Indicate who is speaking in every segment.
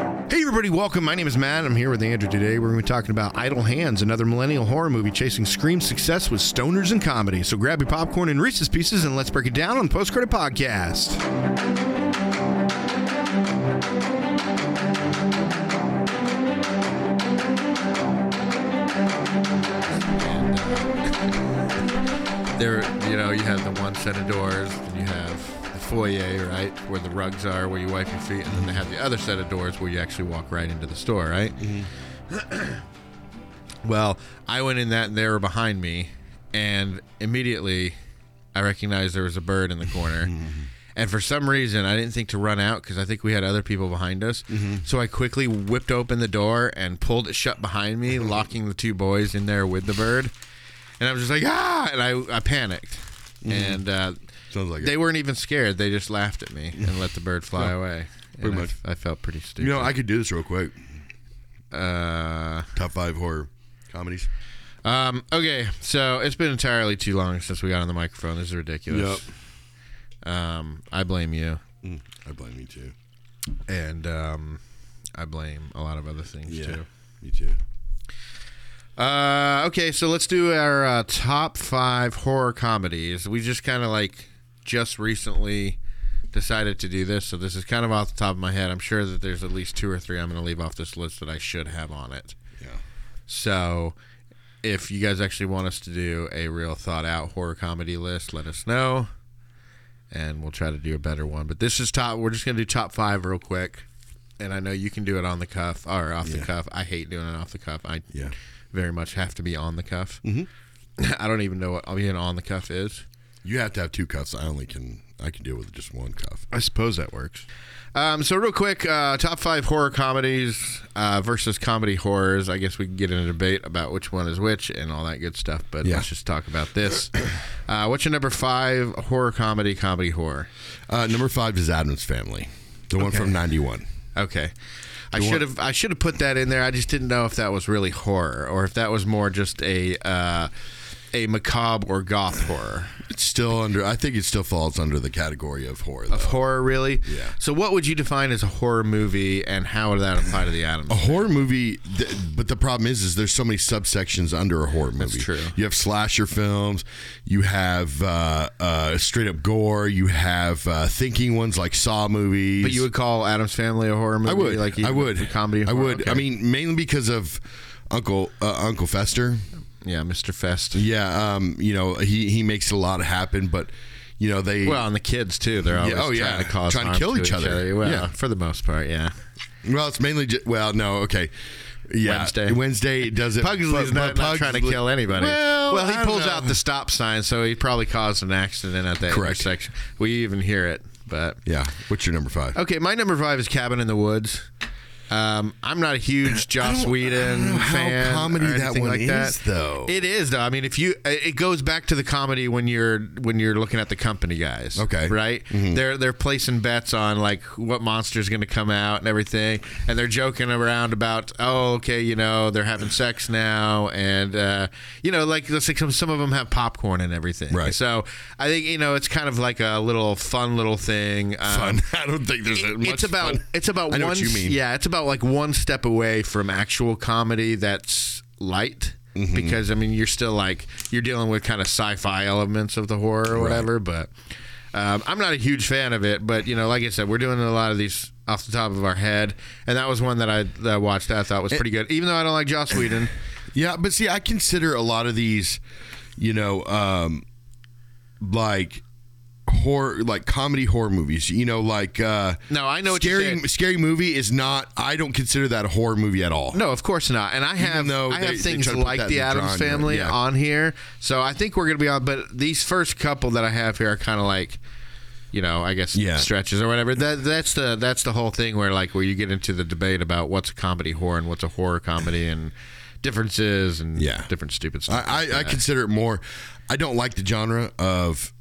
Speaker 1: everybody, welcome. My name is Matt. I'm here with Andrew today. We're going to be talking about Idle Hands, another millennial horror movie chasing scream success with stoners and comedy. So grab your popcorn and Reese's Pieces and let's break it down on the Post Credit Podcast.
Speaker 2: there you know you have the one set of doors and you have the foyer right where the rugs are where you wipe your feet and then they have the other set of doors where you actually walk right into the store right well i went in that and they were behind me and immediately i recognized there was a bird in the corner
Speaker 3: Mm-hmm.
Speaker 2: and for some reason i didn't think to run out because i think we had other people behind us
Speaker 3: Mm-hmm.
Speaker 2: so i quickly whipped open the door and pulled it shut behind me locking the two boys in there with the bird and I was just like ah, and I I panicked, and uh,
Speaker 3: Sounds Mm-hmm. like
Speaker 2: they
Speaker 3: it.
Speaker 2: weren't even scared. They just laughed at me and let the bird fly away.
Speaker 3: pretty
Speaker 2: And I
Speaker 3: much.
Speaker 2: f- I, felt pretty stupid.
Speaker 3: You know, I could do this real quick.
Speaker 2: uh,
Speaker 3: Top five horror comedies.
Speaker 2: um, okay, so it's been entirely too long since we got on the microphone. This is ridiculous. Um, I blame you,
Speaker 3: Mm, I blame you too.
Speaker 2: and um, I blame a lot of other things too.
Speaker 3: You too.
Speaker 2: Uh, okay, so let's do our uh, top five horror comedies. We just kind of like just recently decided to do this, so this is kind of off the top of my head. I'm sure that there's at least two or three I'm going to leave off this list that I should have on it.
Speaker 3: Yeah.
Speaker 2: So if you guys actually want us to do a real thought out horror comedy list, let us know, and we'll try to do a better one. But this is top. We're just going to do top five real quick. And I know you can do it on the cuff or off the
Speaker 3: Yeah.
Speaker 2: cuff. I hate doing it off the cuff. I
Speaker 3: Yeah. Mm-hmm.
Speaker 2: very much have to be on the cuff. I don't even know what being on the cuff is.
Speaker 3: You have to have two cuffs. I only can. I can deal with just one cuff.
Speaker 1: I suppose that works.
Speaker 2: Um, so real quick, uh, top five horror comedies uh, versus comedy horrors. I guess we can get in a debate about which one is which and all that good stuff. But
Speaker 3: Yeah.
Speaker 2: let's just talk about this. Uh, what's your number five horror comedy? Comedy horror.
Speaker 3: Uh, number five is Adam's Family, the one from '91.
Speaker 2: Okay. I should have I should have put that in there. I just didn't know if that was really horror or if that was more just a uh, a macabre or goth horror.
Speaker 3: It's still under. I think it still falls under the category of horror. Though.
Speaker 2: of horror really
Speaker 3: Yeah.
Speaker 2: so what would you define as a horror movie and how would that apply to the adams
Speaker 3: a horror movie, th- but the problem is, is there's so many subsections under a horror movie.
Speaker 2: true.
Speaker 3: You have slasher films, you have uh, uh, straight up gore, you have uh, thinking ones like Saw movies.
Speaker 2: but you would call adams family a horror movie
Speaker 3: I would.
Speaker 2: like
Speaker 3: I
Speaker 2: even
Speaker 3: would.
Speaker 2: a comedy
Speaker 3: I
Speaker 2: horror?
Speaker 3: would.
Speaker 2: Okay.
Speaker 3: I mean, mainly because of Uncle uh, Uncle Fester.
Speaker 2: yeah mr fest
Speaker 3: Yeah. Um. You know, he he makes a lot happen, but you know they.
Speaker 2: well and the kids too they're always
Speaker 3: Yeah, oh,
Speaker 2: trying
Speaker 3: yeah.
Speaker 2: to cause
Speaker 3: Trying to
Speaker 2: harm
Speaker 3: kill each
Speaker 2: each
Speaker 3: other.
Speaker 2: Well,
Speaker 3: Yeah.
Speaker 2: for the most part yeah
Speaker 3: well, it's mainly. Just, well, no. Okay. Yeah.
Speaker 2: Wednesday.
Speaker 3: Wednesday does it.
Speaker 2: Pugsley's
Speaker 3: but-
Speaker 2: not,
Speaker 3: but
Speaker 2: not trying to
Speaker 3: Pugsley-
Speaker 2: kill anybody.
Speaker 3: Well,
Speaker 2: he
Speaker 3: I don't
Speaker 2: pulls
Speaker 3: know.
Speaker 2: out the stop sign, so he probably caused an accident at that
Speaker 3: Correct.
Speaker 2: intersection. We even hear it, but
Speaker 3: Yeah. What's your number five?
Speaker 2: Okay, my number five is Cabin in the Woods. Um, I'm not a huge Joss Whedon
Speaker 3: know how
Speaker 2: fan.
Speaker 3: comedy
Speaker 2: or
Speaker 3: that
Speaker 2: anything
Speaker 3: one
Speaker 2: like that.
Speaker 3: is, though.
Speaker 2: It is though. I mean, if you, uh, it goes back to the comedy when you're when you're looking at the company guys.
Speaker 3: Okay. Mm-hmm.
Speaker 2: right? They're they're placing bets on like what monster's going to come out and everything, and they're joking around about oh okay you know they're having sex now and uh, you know like let's say some some of them have popcorn and everything.
Speaker 3: Right.
Speaker 2: So I think you know it's kind of like a little fun little thing. Um,
Speaker 3: Fun. I don't think there's that
Speaker 2: it-
Speaker 3: much
Speaker 2: it's about
Speaker 3: fun.
Speaker 2: it's about
Speaker 3: I know
Speaker 2: one
Speaker 3: what you mean.
Speaker 2: yeah it's about like one step away from actual comedy that's light
Speaker 3: Mm-hmm.
Speaker 2: because I mean you're still like you're dealing with kind of sci-fi elements of the horror or whatever but um, I'm not a huge fan of it but you know like I said we're doing a lot of these off the top of our head and that was one that I that I watched that I thought
Speaker 3: Eh
Speaker 2: was pretty good even though I don't like Joss Whedon
Speaker 3: Yeah, but see, I consider a lot of these, you know, um, like horror, like comedy horror movies. You know, like uh,
Speaker 2: No, I know what you're
Speaker 3: scary,
Speaker 2: saying.
Speaker 3: scary movie is not. I don't consider that a horror movie at all.
Speaker 2: No, of course not. And I have
Speaker 3: though
Speaker 2: I
Speaker 3: they-
Speaker 2: have
Speaker 3: they
Speaker 2: things
Speaker 3: try to put
Speaker 2: like
Speaker 3: that
Speaker 2: the
Speaker 3: in the
Speaker 2: Adams
Speaker 3: genre,
Speaker 2: Family
Speaker 3: yeah.
Speaker 2: on here, so I think we're gonna be on. But these first couple that I have here are kind of like, you know, I guess
Speaker 3: Yeah.
Speaker 2: stretches or whatever. That that's the that's the whole thing where like where you get into the debate about what's a comedy horror and what's a horror comedy and differences and
Speaker 3: Yeah.
Speaker 2: different stupid stuff.
Speaker 3: I, I, I consider it more. I don't like the genre of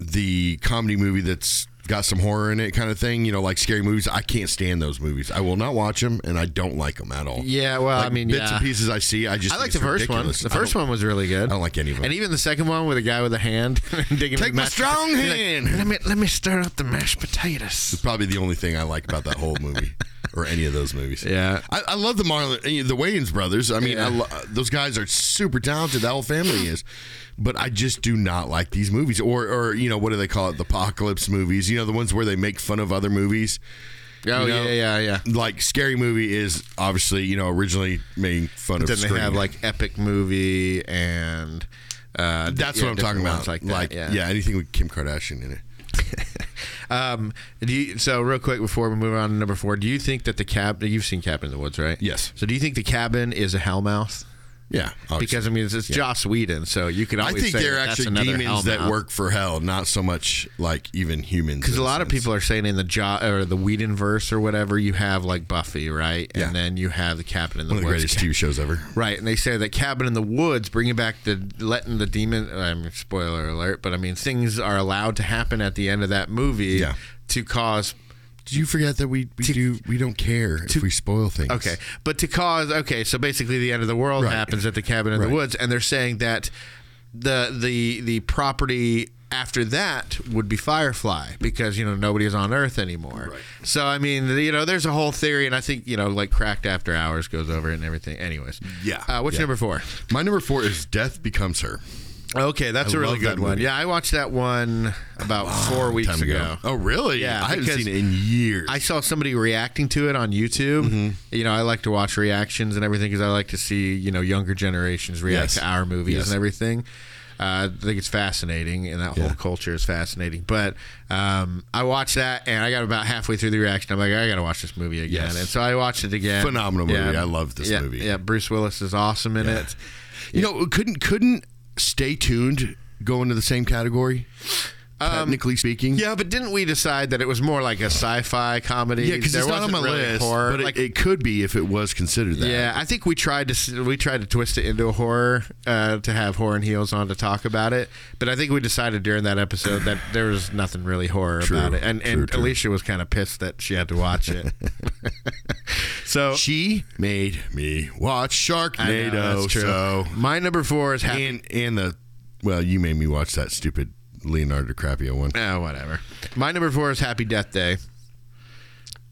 Speaker 3: the comedy movie that's got some horror in it, kind of thing. You know, like scary movies. I can't stand those movies. I will not watch them, and I don't like them at all.
Speaker 2: yeah, well,
Speaker 3: Like,
Speaker 2: Uh, I mean,
Speaker 3: bits
Speaker 2: yeah.
Speaker 3: and pieces I see. I just
Speaker 2: I like the
Speaker 3: think it's
Speaker 2: first
Speaker 3: ridiculous.
Speaker 2: one. The
Speaker 3: I
Speaker 2: first
Speaker 3: don't-
Speaker 2: one was really good.
Speaker 3: I don't like any of them.
Speaker 2: And even the second one with a guy with a hand digging
Speaker 3: Take
Speaker 2: in
Speaker 3: my
Speaker 2: mashed-
Speaker 3: strong
Speaker 2: He's like,
Speaker 3: hand.
Speaker 2: let me let me stir up the mashed potatoes.
Speaker 3: It's probably the only thing I like about that whole movie. or any of those movies.
Speaker 2: Yeah.
Speaker 3: I, I love the Marlon, eh, the Wayans brothers. I mean, I lo- those guys are super talented. That whole family is, but I just do not like these movies, or or you know what do they call it, the apocalypse movies? You know the ones where they make fun of other movies.
Speaker 2: Oh
Speaker 3: You know?
Speaker 2: yeah, yeah, yeah.
Speaker 3: Like Scary Movie is obviously you know originally made fun of.
Speaker 2: Then they
Speaker 3: Scream.
Speaker 2: have like epic movie and uh,
Speaker 3: that's
Speaker 2: yeah,
Speaker 3: what I'm talking
Speaker 2: different ones
Speaker 3: about. Like,
Speaker 2: that,
Speaker 3: yeah. anything with Kim Kardashian in it.
Speaker 2: Um, do you, so real quick before we move on to number four, do you think that the cab you've seen Cabin in the Woods, right?
Speaker 3: Yes.
Speaker 2: So do you think the cabin is a hellmouth?
Speaker 3: Yeah, obviously.
Speaker 2: Because I mean, it's, it's Joss Whedon, so you can
Speaker 3: I
Speaker 2: always.
Speaker 3: think
Speaker 2: say
Speaker 3: they're
Speaker 2: that that's
Speaker 3: actually
Speaker 2: another
Speaker 3: demons that
Speaker 2: hellmouth.
Speaker 3: work for hell, not so much like even humans.
Speaker 2: Because a lot of people are saying in the jo- or the Whedon verse or whatever, you have like Buffy, right?
Speaker 3: Yeah.
Speaker 2: And then you have the Cabin in the
Speaker 3: one of the
Speaker 2: Woods.
Speaker 3: greatest TV shows ever.
Speaker 2: Right, and they say that cabin in the woods, bringing back the letting the demon. I mean, spoiler alert, but I mean things are allowed to happen at the end of that movie
Speaker 3: Yeah.
Speaker 2: to cause.
Speaker 3: Did you forget that we we do we don't care if we spoil things?
Speaker 2: Okay, but to cause. Okay, so basically, the end of the world
Speaker 3: Right.
Speaker 2: happens at the cabin in
Speaker 3: Right.
Speaker 2: the woods, and they're saying that the the the property after that would be Firefly because you know nobody is on Earth anymore. So I mean, you know, there's a whole theory, and I think you know, like cracked after hours goes over it and everything. Anyways,
Speaker 3: Yeah.
Speaker 2: Uh, what's
Speaker 3: Yeah.
Speaker 2: number four?
Speaker 3: My number four is Death Becomes Her.
Speaker 2: Okay, that's a really
Speaker 3: love that
Speaker 2: good one.
Speaker 3: movie.
Speaker 2: Yeah, I watched that one about four weeks
Speaker 3: Time
Speaker 2: ago.
Speaker 3: Oh, really?
Speaker 2: Yeah,
Speaker 3: I haven't
Speaker 2: because
Speaker 3: seen it in years.
Speaker 2: I saw somebody reacting to it on YouTube.
Speaker 3: Mm-hmm.
Speaker 2: You know, I like to watch reactions and everything because I like to see you know younger generations react
Speaker 3: Yes.
Speaker 2: to our movies
Speaker 3: Yes.
Speaker 2: and everything. Uh, I think it's fascinating, and that whole culture is fascinating. But um, I watched that, and I got about halfway through the reaction. I'm like, I got to watch this movie again,
Speaker 3: Yes.
Speaker 2: and so I watched it again.
Speaker 3: Phenomenal
Speaker 2: Yeah.
Speaker 3: movie. I love this
Speaker 2: Yeah,
Speaker 3: movie.
Speaker 2: Yeah, Bruce Willis is awesome in it.
Speaker 3: You know, couldn't couldn't stay tuned go into the same category? Um, technically speaking,
Speaker 2: Yeah, but didn't we decide that it was more like a sci-fi comedy?
Speaker 3: yeah, because
Speaker 2: There
Speaker 3: it's not on my
Speaker 2: wasn't really
Speaker 3: list,
Speaker 2: Horror.
Speaker 3: but it,
Speaker 2: Like,
Speaker 3: it could be if it was considered that.
Speaker 2: yeah, I think we tried to s- we tried to twist it into a horror uh, to have horror and heels on to talk about it. But I think we decided during that episode that there was nothing really horror
Speaker 3: True,
Speaker 2: about it, and
Speaker 3: true,
Speaker 2: and
Speaker 3: true.
Speaker 2: Alicia was kind of pissed that she had to watch it. so
Speaker 3: She made me watch Sharknado.
Speaker 2: know, that's true.
Speaker 3: So
Speaker 2: my number four is happy.
Speaker 3: and and the well, you made me watch that stupid Leonardo DiCaprio one.
Speaker 2: oh, whatever. My number four is Happy Death Day.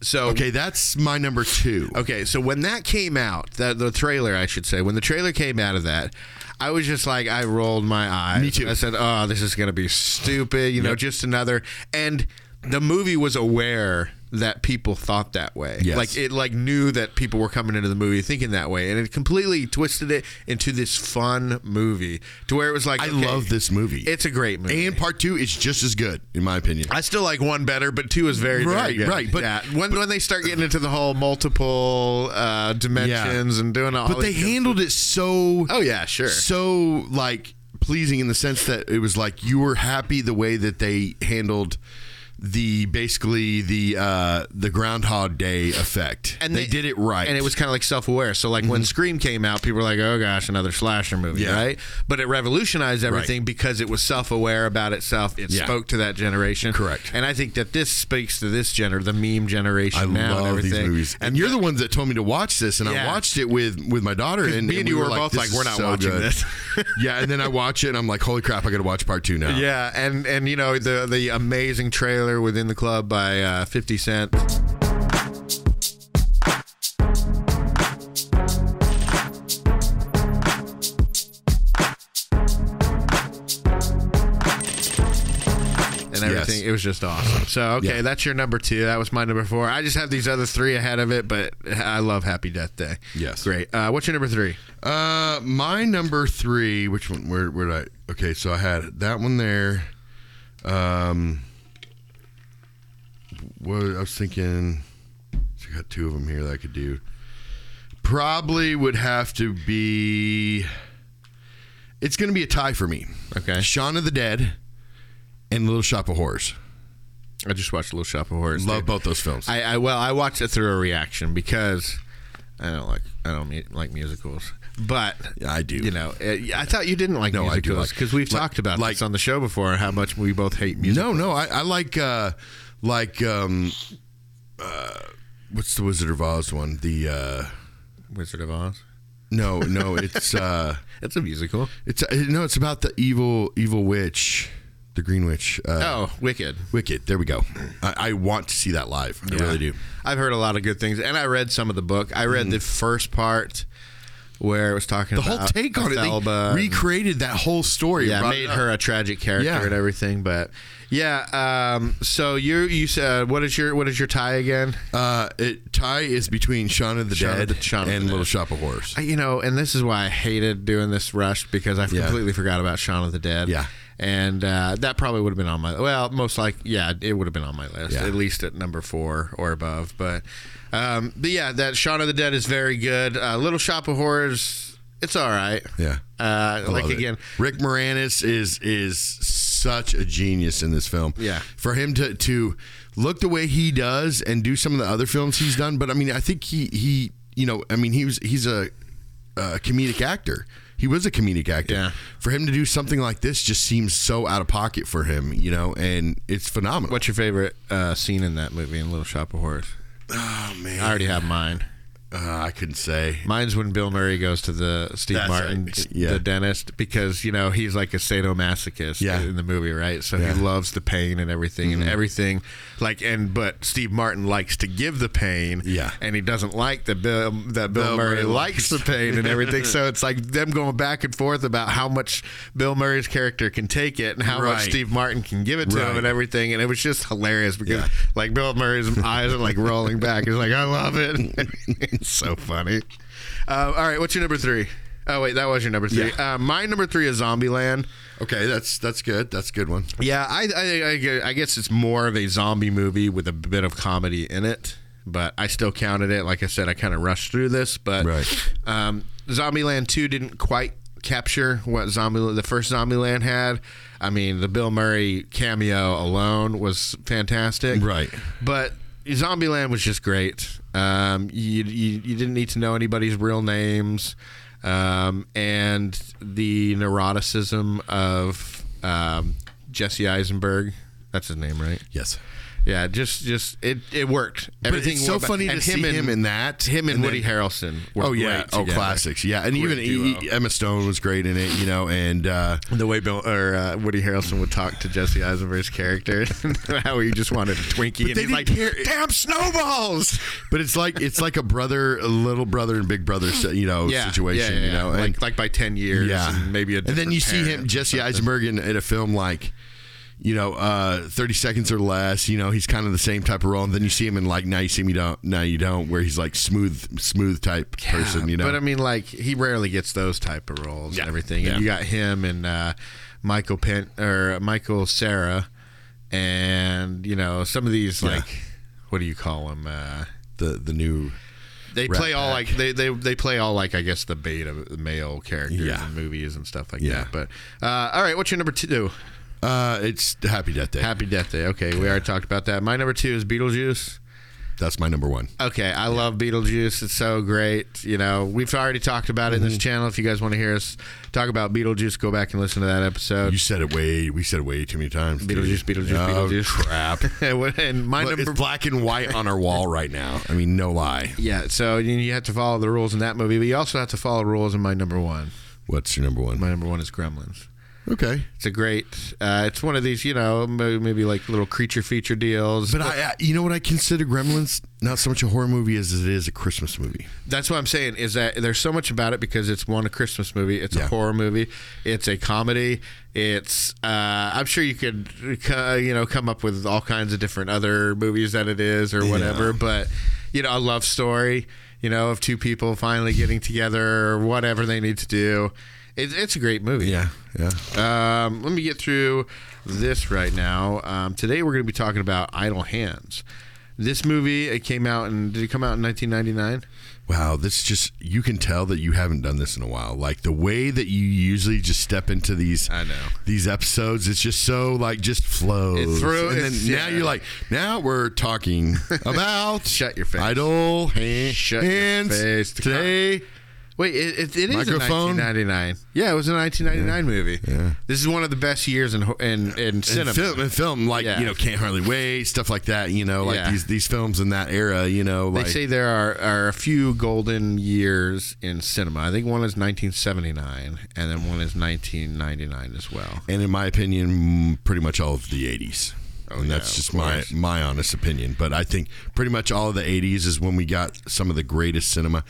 Speaker 2: So
Speaker 3: Okay, that's my number two.
Speaker 2: Okay, so when that came out, the, the trailer, I should say, when the trailer came out of that, I was just like, I rolled my eyes.
Speaker 3: Me too.
Speaker 2: I said, oh, this is going to be stupid, you know, just another. And the movie was aware that people thought that way.
Speaker 3: Yes.
Speaker 2: Like, it like knew that people were coming into the movie thinking that way. And it completely twisted it into this fun movie to where it was like,
Speaker 3: I
Speaker 2: okay,
Speaker 3: love this movie.
Speaker 2: It's a great movie.
Speaker 3: and part two is just as good, in my opinion.
Speaker 2: I still like one better, but two is very very
Speaker 3: Right,
Speaker 2: good.
Speaker 3: right, but-
Speaker 2: yeah. when when they start getting into the whole multiple uh, dimensions and doing all,
Speaker 3: but they
Speaker 2: these good-
Speaker 3: handled it so
Speaker 2: Oh yeah, sure.
Speaker 3: so like pleasing in the sense that it was like you were happy the way that they handled the basically the uh the groundhog day effect and they, did it right Mm-hmm.
Speaker 2: and it was kind of like self-aware. So like when Scream came out, people were like, "Oh gosh, another slasher movie,"
Speaker 3: Yeah.
Speaker 2: right? But it revolutionized everything because it was self-aware about itself. It
Speaker 3: Yeah.
Speaker 2: spoke to that generation,
Speaker 3: Correct.
Speaker 2: And I think that this speaks to this gener, the meme generation
Speaker 3: I
Speaker 2: now, and
Speaker 3: love
Speaker 2: everything.
Speaker 3: these movies, and you're the ones that told me to watch this, and
Speaker 2: Yeah.
Speaker 3: I watched it with with my daughter, and
Speaker 2: me and you
Speaker 3: we
Speaker 2: were both
Speaker 3: "This
Speaker 2: like,
Speaker 3: is
Speaker 2: "We're not watching this."
Speaker 3: yeah, and then I watch it, and I'm like, "Holy crap! I got to watch part two now."
Speaker 2: Yeah, and and you know the the amazing trailer within the club by uh, Fifty Cent. And everything,
Speaker 3: Yes.
Speaker 2: it was just awesome. So okay,
Speaker 3: Yeah.
Speaker 2: that's your number two. That was my number four. I just have these other three ahead of it, but I love Happy Death Day.
Speaker 3: Yes.
Speaker 2: great. Uh, what's your number three?
Speaker 3: Uh, my number three. Which one? Where? Where did I? Okay, so I had that one there. Um, what I was thinking. So I got two of them here that I could do. Probably would have to be. It's going to be a tie for me.
Speaker 2: Okay.
Speaker 3: Shaun of the Dead, and Little Shop of Horrors.
Speaker 2: I just watched Little Shop of Horrors.
Speaker 3: Love
Speaker 2: dude.
Speaker 3: both those films.
Speaker 2: I, I well, I watched it through a reaction because I don't like I don't mu- like musicals, but
Speaker 3: Yeah, I do.
Speaker 2: You know, eh, I thought you didn't like
Speaker 3: No, I do
Speaker 2: musicals
Speaker 3: like-
Speaker 2: because we've
Speaker 3: like-
Speaker 2: talked about
Speaker 3: like-
Speaker 2: this on the show before how much we both hate music.
Speaker 3: No, no, I, I like uh like um uh what's the Wizard of Oz one? The uh
Speaker 2: Wizard of Oz.
Speaker 3: no, no, it's uh
Speaker 2: It's a musical.
Speaker 3: it's uh, no, it's about the evil evil witch The Green Witch. Uh,
Speaker 2: Oh, wicked.
Speaker 3: Wicked. There we go. I, I want to see that live. I really do. Mm-hmm.
Speaker 2: I've heard a lot of good things, and I read some of the book. I read the first part where it was talking
Speaker 3: The
Speaker 2: about
Speaker 3: whole take on it.
Speaker 2: Athelba Uh, and-
Speaker 3: They recreated that whole story. and
Speaker 2: yeah,
Speaker 3: brought it
Speaker 2: made
Speaker 3: up.
Speaker 2: her a tragic character
Speaker 3: Yeah.
Speaker 2: and everything. But yeah, um, so you you said what is your what is your tie again?
Speaker 3: Uh, it, tie is between Shaun of the
Speaker 2: Shaun of
Speaker 3: Dead
Speaker 2: the- Shaun of the
Speaker 3: and
Speaker 2: Dead.
Speaker 3: Little Shop of Horrors.
Speaker 2: I- you know, and this is why I hated doing this rush because I completely forgot about Shaun of the Dead.
Speaker 3: Yeah.
Speaker 2: And uh, that probably would have been on my well, most like yeah, it would have been on my list
Speaker 3: Yeah.
Speaker 2: at least at number four or above. But um, but yeah, that Shaun of the Dead is very good. Uh, Little Shop of Horrors, it's all right.
Speaker 3: yeah.
Speaker 2: Uh,
Speaker 3: I
Speaker 2: like
Speaker 3: love it.
Speaker 2: again,
Speaker 3: Rick Moranis is is such a genius in this film.
Speaker 2: Yeah.
Speaker 3: for him to to look the way he does and do some of the other films he's done, but I mean, I think he he you know, I mean, he was he's a, a comedic actor. He was a comedic actor.
Speaker 2: Yeah.
Speaker 3: For him to do something like this just seems so out of pocket for him, you know, and it's phenomenal.
Speaker 2: what's your favorite uh, scene in that movie in Little Shop of Horrors?
Speaker 3: Oh man,
Speaker 2: I already have mine.
Speaker 3: Uh, I couldn't say.
Speaker 2: Mine's when Bill Murray goes to the Steve
Speaker 3: That's
Speaker 2: Martin,
Speaker 3: right. Yeah.
Speaker 2: the dentist, because you know he's like a sadomasochist
Speaker 3: Yeah.
Speaker 2: in the movie, right? So
Speaker 3: Yeah. Mm-hmm.
Speaker 2: he loves the pain and everything, and everything. Like, and but Steve Martin likes to give the pain,
Speaker 3: Yeah.
Speaker 2: and he doesn't like that Bill that Bill,
Speaker 3: Bill
Speaker 2: Murray,
Speaker 3: Murray
Speaker 2: likes the pain and everything. so it's like them going back and forth about how much Bill Murray's character can take it and how much
Speaker 3: Right.
Speaker 2: Steve Martin can give it to
Speaker 3: Right.
Speaker 2: him and everything. And it was just hilarious because
Speaker 3: Yeah.
Speaker 2: like Bill Murray's eyes are like rolling back. He's like, I love it. it's so funny. Uh, all right, what's your number three? Oh wait, that was your number three. Uh, my number three is Zombieland.
Speaker 3: Okay, that's that's good. That's a good one.
Speaker 2: Yeah, I, I I gue- I guess it's more of a zombie movie with a bit of comedy in it, but I still counted it. Like I said, I kind of rushed through this, but
Speaker 3: Right.
Speaker 2: um, Zombieland Two didn't quite capture what Zombie the first Zombieland had. I mean, the Bill Murray cameo alone was fantastic,
Speaker 3: Right.
Speaker 2: But Zombieland was just great. Um, you, you you didn't need to know anybody's real names, um, and the neuroticism of um, Jesse Eisenberg. That's his name, right?
Speaker 3: Yes.
Speaker 2: Yeah, just just it it worked.
Speaker 3: Everything it's so
Speaker 2: worked.
Speaker 3: funny to
Speaker 2: And
Speaker 3: see him,
Speaker 2: and-
Speaker 3: in that.
Speaker 2: him and,
Speaker 3: then-
Speaker 2: Woody Harrelson. Were
Speaker 3: Oh yeah,
Speaker 2: great
Speaker 3: oh
Speaker 2: together.
Speaker 3: classics, yeah, and even
Speaker 2: duo.
Speaker 3: E- E- Emma Stone was great in it, you know, and uh,
Speaker 2: The way Bill or uh, Woody Harrelson would talk to Jesse Eisenberg's character, how he just wanted a Twinkie, and
Speaker 3: they
Speaker 2: he's
Speaker 3: didn't
Speaker 2: like,
Speaker 3: care-
Speaker 2: "Damn snowballs!"
Speaker 3: but it's like it's like a brother, a little brother and big brother, si- you know, situation, you know, and
Speaker 2: like like by ten years,
Speaker 3: yeah,
Speaker 2: and maybe a.
Speaker 3: and then you see him Jesse Eisenberg in, in a film like. You know, uh, thirty seconds or less. You know, he's kind of the same type of role, and then you see him in like now you see me don't now you don't, where he's like smooth, smooth type person. You know,
Speaker 2: But um, I mean, like he rarely gets those type of roles
Speaker 3: Yeah.
Speaker 2: and everything.
Speaker 3: Yeah.
Speaker 2: And you got him and uh, Michael Penn or Michael Sarah, and you know some of these like what do you call them? Uh,
Speaker 3: the the new
Speaker 2: they
Speaker 3: Rat
Speaker 2: play all
Speaker 3: Pack.
Speaker 2: like they, they they play all like I guess the bait of the male characters
Speaker 3: Yeah.
Speaker 2: in movies and stuff like
Speaker 3: Yeah.
Speaker 2: that. But uh, all right, what's your number two?
Speaker 3: uh, it's Happy Death Day.
Speaker 2: Happy Death Day. Okay, we already talked about that. My number two is Beetlejuice.
Speaker 3: That's my number one.
Speaker 2: Okay, I love Beetlejuice. It's so great. You know, we've already talked about it in
Speaker 3: Mm-hmm.
Speaker 2: this channel. If you guys want to hear us talk about Beetlejuice, go back and listen to that episode.
Speaker 3: You said it way. We said it way too many times. dude.
Speaker 2: Beetlejuice, Beetlejuice,
Speaker 3: Oh,
Speaker 2: Beetlejuice.
Speaker 3: Crap.
Speaker 2: and my
Speaker 3: Look, it's
Speaker 2: number,
Speaker 3: black and white on our wall right now. I mean, no lie.
Speaker 2: yeah. So you, you have to follow the rules in that movie, but you also have to follow rules in my number one.
Speaker 3: What's your number one?
Speaker 2: My number one is Gremlins.
Speaker 3: Okay,
Speaker 2: It's a great. Uh, it's one of these, you know, maybe, maybe like little creature feature deals.
Speaker 3: but I, I, you know what I consider Gremlins not so much a horror movie as it is a Christmas movie.
Speaker 2: That's what I'm saying is that there's so much about it because it's one a Christmas movie, it's
Speaker 3: Yeah.
Speaker 2: a horror movie, it's a comedy, it's uh, I'm sure you could uh, you know come up with all kinds of different other movies that it is or whatever, but you know a love story, you know of two people finally getting together or whatever they need to do. It, it's a great movie.
Speaker 3: yeah.
Speaker 2: Um, let me get through this right now. Um, today we're going to be talking about Idle Hands. This movie it came out in did it come out in 1999?
Speaker 3: Wow, this just you can tell that you haven't done this in a while. Like the way that you usually just step into these
Speaker 2: I know.
Speaker 3: these episodes, it's just so like just flows.
Speaker 2: It threw-
Speaker 3: and then
Speaker 2: it's-
Speaker 3: now
Speaker 2: yeah.
Speaker 3: you're like, now we're talking about
Speaker 2: Shut your face.
Speaker 3: idle hand,
Speaker 2: Shut your
Speaker 3: hands
Speaker 2: face. The
Speaker 3: today.
Speaker 2: Wait, it, it, it is
Speaker 3: Microphone?
Speaker 2: a 1999. Yeah, it was a 1999 movie.
Speaker 3: Yeah.
Speaker 2: This is one of the best years in ho- in, in cinema.
Speaker 3: And film, and film like
Speaker 2: Yeah.
Speaker 3: you know, can't hardly wait, stuff like that. You know, like
Speaker 2: Yeah.
Speaker 3: these these films in that era. You know,
Speaker 2: They
Speaker 3: like
Speaker 2: say there are, are a few golden years in cinema. I think one is 1979, and then one is 1999 as well.
Speaker 3: and in my opinion, mm, pretty much all of the '80s.
Speaker 2: Oh,
Speaker 3: and that's just my my honest opinion. But I think pretty much all of the '80s is when we got some of the greatest cinema.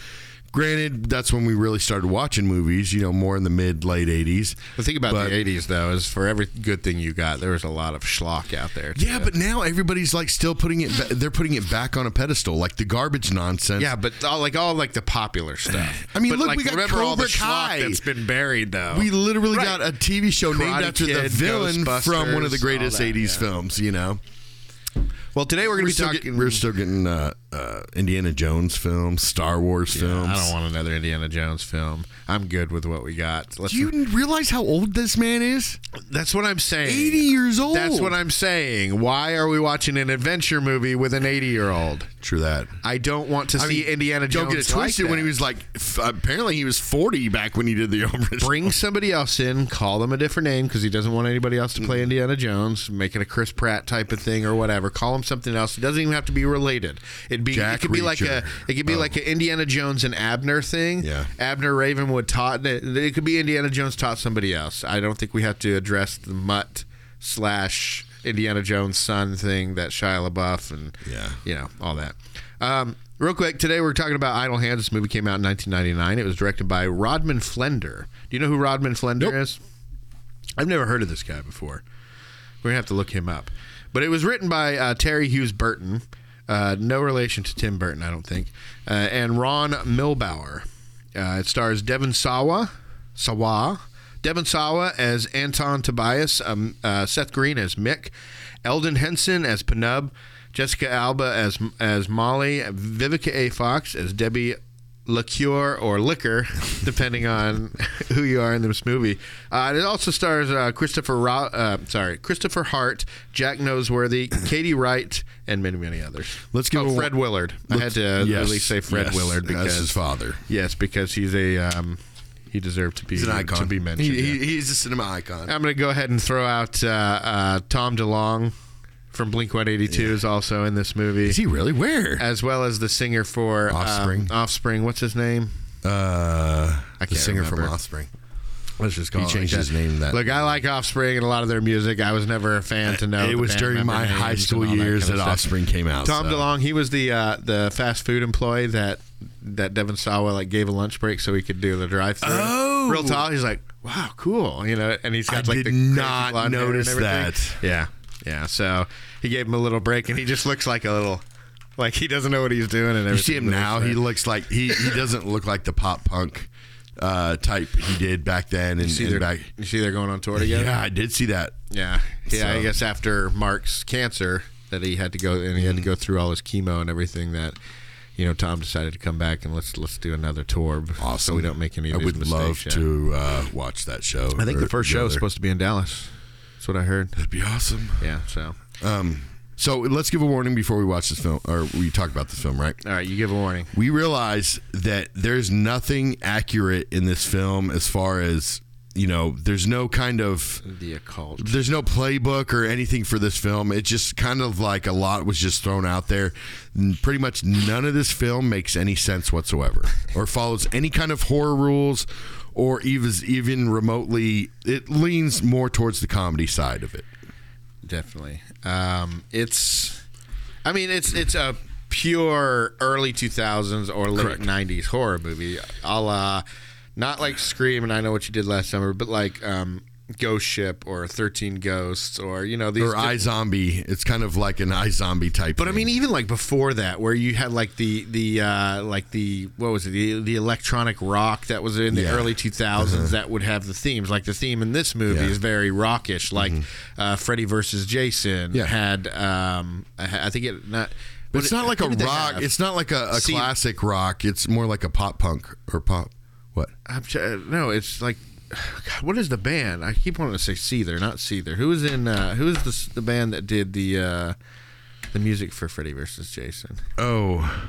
Speaker 3: Granted, that's when we really started watching movies. You know, more in the mid late '80s.
Speaker 2: The thing about
Speaker 3: But-
Speaker 2: the 80s, though, is for every good thing you got, there was a lot of schlock out there. too.
Speaker 3: Yeah, but now everybody's like still putting it. Ba- they're putting it back on a pedestal, like the garbage nonsense.
Speaker 2: Yeah, but all, like all like the popular stuff.
Speaker 3: I mean,
Speaker 2: But,
Speaker 3: look,
Speaker 2: like,
Speaker 3: we got
Speaker 2: remember all the
Speaker 3: Cobra Kai.
Speaker 2: schlock that's been buried though.
Speaker 3: We literally
Speaker 2: Right.
Speaker 3: got a TV show named
Speaker 2: Karate
Speaker 3: after the
Speaker 2: Kid,
Speaker 3: villain
Speaker 2: Ghostbusters,
Speaker 3: from one of the greatest
Speaker 2: all that,
Speaker 3: 80s
Speaker 2: yeah.
Speaker 3: films, you know?
Speaker 2: well, today we're
Speaker 3: We're,
Speaker 2: going to be
Speaker 3: still,
Speaker 2: talking.
Speaker 3: getting, we're still getting uh, uh, Indiana Jones films, Star Wars films.
Speaker 2: I don't want another Indiana Jones film. I'm good with what we got. Let's,
Speaker 3: Do you realize how old this man is?
Speaker 2: that's what I'm saying.
Speaker 3: 80 years old.
Speaker 2: That's what I'm saying. Why are we watching an adventure movie with an 80 year old?
Speaker 3: True that.
Speaker 2: I don't want to
Speaker 3: I
Speaker 2: see
Speaker 3: mean,
Speaker 2: Indiana Jones.
Speaker 3: Don't get it
Speaker 2: like
Speaker 3: twisted when
Speaker 2: that.
Speaker 3: he was like, f- apparently he was 40 back when he did the original.
Speaker 2: Bring somebody else in, call them a different name because he doesn't want anybody else to play Indiana Jones, make it a Chris Pratt type of thing or whatever. Call him something else. It doesn't even have to be related. It'd be
Speaker 3: Jack
Speaker 2: it could be like a
Speaker 3: Reacher.
Speaker 2: it could be like an Indiana Jones and Abner thing.
Speaker 3: Yeah.
Speaker 2: Abner Ravenwood taught it. It could be Indiana Jones taught somebody else. I don't think we have to address the mutt slash Indiana Jones son thing that Shia LaBeouf and
Speaker 3: Yeah.
Speaker 2: you know, all that. Um, real quick, today we're talking about Idle Hands. This movie came out in 1999. It was directed by Rodman Flender. Do you know who Rodman Flender is? I've never heard of this guy before. We're gonna have to look him up. But it was written by uh, Terry Hughes Burton, uh, no relation to Tim Burton, I don't think, uh, and Ron Milbauer. Uh, it stars Devon Sawa, Sawa, Devon Sawa as Anton Tobias, um, uh, Seth Green as Mick, Eldon Henson as Penub, Jessica Alba as as Molly, Vivica A. Fox as Debbie liqueur or liquor, depending on who you are in this movie. Uh, and it also stars uh, Christopher Ro- uh, sorry Christopher Hart, Jack Noseworthy, Katie Wright, and many many others.
Speaker 3: Let's give
Speaker 2: oh,
Speaker 3: a wa-
Speaker 2: Fred Willard. I had to
Speaker 3: Yes,
Speaker 2: at least say Fred
Speaker 3: yes,
Speaker 2: Willard
Speaker 3: That's
Speaker 2: because
Speaker 3: his father.
Speaker 2: yes because he's a um, he deserved to be
Speaker 3: He's an icon.
Speaker 2: to be mentioned.
Speaker 3: He-
Speaker 2: yeah.
Speaker 3: he- he's a cinema icon.
Speaker 2: I'm going to go ahead and throw out uh, uh, Tom DeLong from Blink 182 is also in this movie.
Speaker 3: Is he really? Where?
Speaker 2: as well as the singer for um,
Speaker 3: Offspring.
Speaker 2: Offspring, what's his name?
Speaker 3: Uh, the
Speaker 2: can't
Speaker 3: singer from
Speaker 2: remember.
Speaker 3: Offspring.
Speaker 2: Let's just call
Speaker 3: He
Speaker 2: it
Speaker 3: changed
Speaker 2: like
Speaker 3: his
Speaker 2: that.
Speaker 3: name that-
Speaker 2: Look, I like Offspring and a lot of their music. I was never a fan to know.
Speaker 3: it
Speaker 2: the
Speaker 3: was
Speaker 2: band
Speaker 3: during
Speaker 2: member
Speaker 3: my
Speaker 2: names
Speaker 3: high
Speaker 2: and
Speaker 3: school
Speaker 2: all that
Speaker 3: years
Speaker 2: kinda
Speaker 3: that,
Speaker 2: stuff.
Speaker 3: Offspring came out.
Speaker 2: Tom
Speaker 3: so.
Speaker 2: DeLong, he was the uh, the fast food employee that that Devin Sawa like gave a lunch break so he could do the drive through.
Speaker 3: Oh.
Speaker 2: real tall. He's like, wow, cool. You know, and he's got
Speaker 3: I
Speaker 2: like the
Speaker 3: did
Speaker 2: crazy
Speaker 3: not
Speaker 2: blonde hair and
Speaker 3: notice
Speaker 2: everything.
Speaker 3: that.
Speaker 2: Yeah, yeah. So he gave him a little break, and he just looks like a little like he doesn't know what he's doing. And
Speaker 3: You see him now. He looks like he, he doesn't look like the pop punk uh, type he did back then. And,
Speaker 2: see
Speaker 3: and
Speaker 2: they're
Speaker 3: back,
Speaker 2: you see they're going on tour together.
Speaker 3: yeah, I did see that.
Speaker 2: Yeah, yeah.
Speaker 3: So-
Speaker 2: I guess after Mark's cancer, that he had to go and he had to go through all his chemo and everything. That you know, Tom decided to come back and let's let's do another tour. b- So
Speaker 3: Awesome.
Speaker 2: we don't make any. Of
Speaker 3: I
Speaker 2: these
Speaker 3: would love
Speaker 2: mistakes, yeah.
Speaker 3: to uh, watch that show.
Speaker 2: I think the first show is supposed to be in Dallas. That's what I heard.
Speaker 3: That'd be awesome.
Speaker 2: Yeah. So
Speaker 3: Um, so let's give a warning before we watch this film, or we talk about this film, right?
Speaker 2: all right, you give a warning.
Speaker 3: we realize that there's nothing accurate in this film as far as you know there's no kind of
Speaker 2: The occult.
Speaker 3: there's no playbook or anything for this film it's just kind of like a lot was just thrown out there N- pretty much none of this film makes any sense whatsoever or follows any kind of horror rules or even even remotely it leans more towards the comedy side of it
Speaker 2: Definitely. Um, it's. I mean, it's it's a pure early two thousands or late
Speaker 3: Correct.
Speaker 2: nineties horror movie, a la not like Scream and I know what you did last summer, but like um, Ghost Ship or Thirteen Ghosts or you know these.
Speaker 3: or i zombie it's kind of like an i zombie type
Speaker 2: but I mean, even like before that, where you had like the the uh, like the what was it the, the electronic rock that was in the
Speaker 3: Yeah. Uh-huh.
Speaker 2: early two that would have the themes. Like the theme in this movie
Speaker 3: Yeah. Mm-hmm.
Speaker 2: is very rockish, like uh, Freddy versus Jason
Speaker 3: Yeah.
Speaker 2: had. Um, I I think it not.
Speaker 3: But it's
Speaker 2: what-
Speaker 3: not like a
Speaker 2: who did they
Speaker 3: rock.
Speaker 2: have?
Speaker 3: It's not like a, a
Speaker 2: See-
Speaker 3: classic rock. It's more like a pop punk or pop. What?
Speaker 2: I'm tr- no, it's like God, what is the band? I keep wanting to say Seether, not Seether. Who is in? Uh, who is the s- the band that did the uh, the Oh. music for Freddy versus Jason?
Speaker 3: Oh,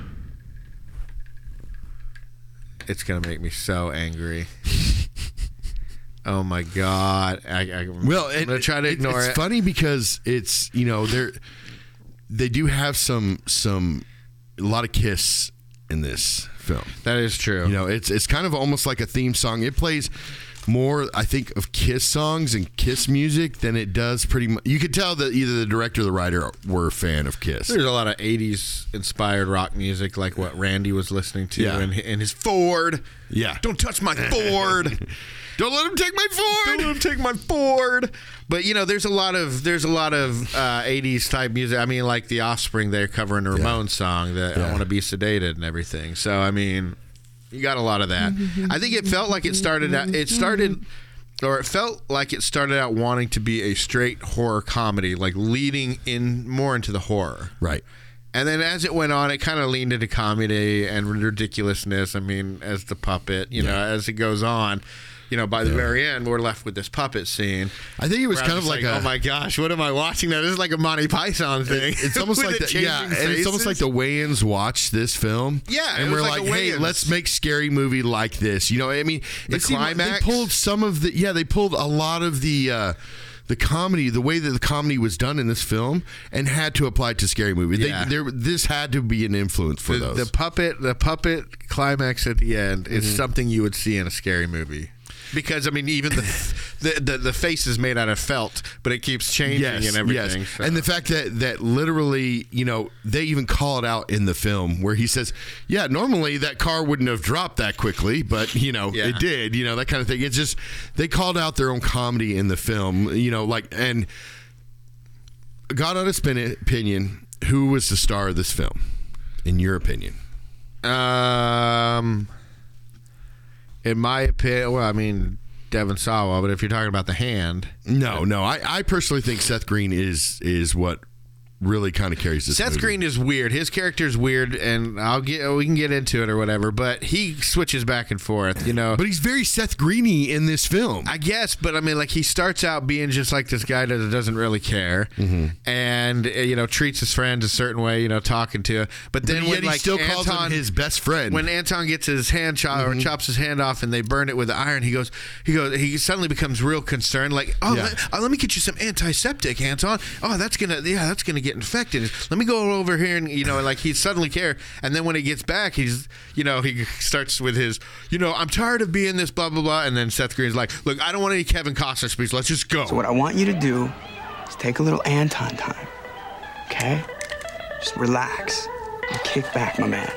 Speaker 2: It's gonna make me so angry. oh my god! I, I,
Speaker 3: Well,
Speaker 2: I'm
Speaker 3: it,
Speaker 2: gonna try to
Speaker 3: it-
Speaker 2: ignore
Speaker 3: it's
Speaker 2: it.
Speaker 3: funny because it's you know they're they do have some some a lot of kiss in this film.
Speaker 2: That is true.
Speaker 3: You know, it's it's kind of almost like a theme song. It plays more, I think, of Kiss songs and Kiss music than it does pretty much. You could tell that either the director or the writer were a fan of Kiss.
Speaker 2: There's a lot of '80s inspired rock music, like what Randy was listening to,
Speaker 3: Yeah.
Speaker 2: and, and his Ford.
Speaker 3: Yeah.
Speaker 2: Don't touch my Ford.
Speaker 3: Don't let him take my
Speaker 2: Don't
Speaker 3: Ford.
Speaker 2: let him take my Ford. But you know, there's a lot of there's a lot of uh, '80s type music. I mean, like the Offspring, they're covering a Ramones song that I want to be sedated and everything. So I mean, you got a lot of that. I think it felt like it started out. It started. Or it felt like it started out wanting to be a straight horror comedy, like leading in more into the horror.
Speaker 3: Right.
Speaker 2: And then as it went on, it kind of leaned into comedy and ridiculousness. I mean, as the puppet, you know, as it goes on, you know, by the very end, we're left with this puppet scene.
Speaker 3: I think it was
Speaker 2: where I'm
Speaker 3: kind of
Speaker 2: just
Speaker 3: like, a.
Speaker 2: oh my gosh, what am I watching? That is like a Monty Python thing.
Speaker 3: it's almost
Speaker 2: With
Speaker 3: like
Speaker 2: the
Speaker 3: the, yeah,
Speaker 2: changing
Speaker 3: and it's almost like
Speaker 2: faces.
Speaker 3: the Wayans watched this film,
Speaker 2: Yeah, it
Speaker 3: and
Speaker 2: was
Speaker 3: we're
Speaker 2: like
Speaker 3: like,
Speaker 2: a
Speaker 3: hey,
Speaker 2: Wayans.
Speaker 3: let's make scary movie like this. You know, I mean,
Speaker 2: The
Speaker 3: it seemed like
Speaker 2: climax.
Speaker 3: they pulled some of the yeah, they pulled a lot of the uh, the comedy, the way that the comedy was done in this film, and had to apply it to scary movie.
Speaker 2: Yeah.
Speaker 3: They, there, this had to be an influence for
Speaker 2: the,
Speaker 3: those. Mm-hmm.
Speaker 2: the puppet the puppet climax at the end is something you would see in a scary movie because I mean even the the, the the face is made out of felt but it keeps changing and everything so-
Speaker 3: And the fact that that literally, you know, they even call it out in the film where he says, "Yeah, normally that car wouldn't have dropped that quickly, but you know,
Speaker 2: Yeah.
Speaker 3: it did." You know, that kind of thing. It's just they called out their own comedy in the film. You know, like and God on opinion, who was the star of this film, in your opinion?
Speaker 2: Um, in my opinion, well, I mean Devin Sawa, but if you're talking about the hand,
Speaker 3: No, no, I, I personally think Seth Green is is what really kind of carries this.
Speaker 2: Seth
Speaker 3: movie.
Speaker 2: Green is weird. His character's weird, and I'll get we can get into it or whatever. But he switches back and forth, you know.
Speaker 3: but he's very Seth Greeny in this film.
Speaker 2: I guess, but I mean, like he starts out being just like this guy that doesn't really care, and uh, you know treats his friends a certain way, you know, talking to. But then
Speaker 3: And
Speaker 2: when
Speaker 3: yet he
Speaker 2: like
Speaker 3: still
Speaker 2: Anton,
Speaker 3: calls him his best friend.
Speaker 2: when Anton gets his hand chop or chops his hand off and they burn it with iron, he goes, he goes, he suddenly becomes real concerned. Like, oh,
Speaker 3: Yeah.
Speaker 2: let, oh, let me get you some antiseptic, Anton. Oh, that's gonna, yeah, that's gonna get infected. Let me go over here and you know, and like he suddenly care. And then when he gets back, he's, you know, he starts with his, you know, I'm tired of being this, blah blah blah. And then Seth Green's like, look, I don't want any Kevin Costner speech. Let's just go.
Speaker 4: So what I want you to do is take a little Anton time, okay? Just relax and kick back, my man.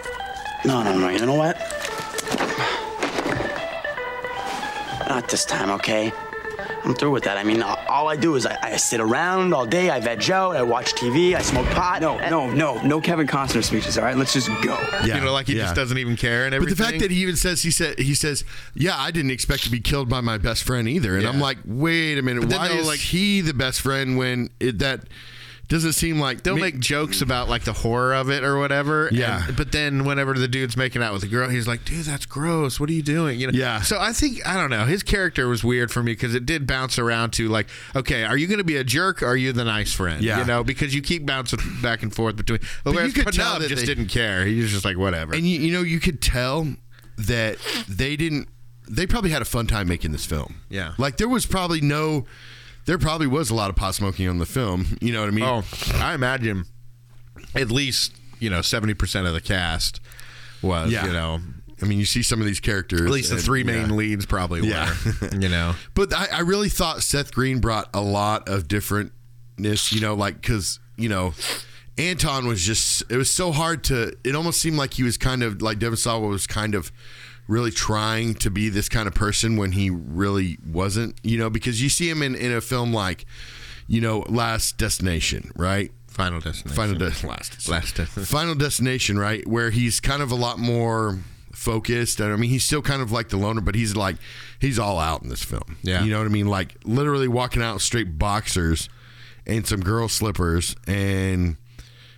Speaker 5: No, no, no. You know what? Not this time, okay? I'm through with that. I mean, a- all I do is I, I sit around all day, I veg out, I watch TV, I smoke pot.
Speaker 4: No, no, no, no Kevin Costner speeches. All right, let's just go.
Speaker 2: you know, like he just doesn't even care and
Speaker 3: But
Speaker 2: everything.
Speaker 3: the fact that he even says he said he says, "Yeah, I didn't expect to be killed by my best friend either," and I'm
Speaker 2: Yeah.
Speaker 3: like, "Wait a minute,
Speaker 2: then
Speaker 3: why
Speaker 2: they'll,
Speaker 3: is
Speaker 2: like-
Speaker 3: like he the best friend when it, that doesn't seem like
Speaker 2: They'll
Speaker 3: me-
Speaker 2: make jokes about like the horror of it or whatever.
Speaker 3: Yeah.
Speaker 2: and- but then whenever the dude's making out with the girl, he's like, "Dude, that's gross. What are you doing?" You know.
Speaker 3: Yeah.
Speaker 2: So I think I don't know. His character was weird for me because it did bounce around to like, okay, are you going to be a jerk? or Are you the nice friend?
Speaker 3: Yeah.
Speaker 2: You know, because you keep bouncing back and forth between. But whereas
Speaker 3: you could tell
Speaker 2: Panub
Speaker 3: that
Speaker 2: just
Speaker 3: they-
Speaker 2: didn't care. He was just like, whatever.
Speaker 3: and you, you know you could tell that they didn't. They probably had a fun time making this film.
Speaker 2: Yeah.
Speaker 3: like there was probably no, there probably was a lot of pot smoking on the film. You know what I mean?
Speaker 2: oh, I imagine at least you know seventy percent of the cast was
Speaker 3: Yeah.
Speaker 2: you know.
Speaker 3: I mean, you see some of these characters.
Speaker 2: At least the three main leads probably
Speaker 3: Yeah.
Speaker 2: were, you know.
Speaker 3: But I, I really thought Seth Green brought a lot of differentness, you know, like because you know, Anton was just it was so hard to. It almost seemed like he was kind of like Devin Sawa was kind of really trying to be this kind of person when he really wasn't, you know, because you see him in in a film like, you know, Last Destination, right?
Speaker 2: Final destination.
Speaker 3: Final Destination. Last.
Speaker 2: Last Destination.
Speaker 3: Final Destination, right? Where he's kind of a lot more focused. And I mean, he's still kind of like the loner, but he's like, he's all out in this film.
Speaker 2: Yeah.
Speaker 3: You know what I mean? Like, literally walking out in straight boxers and some girl slippers and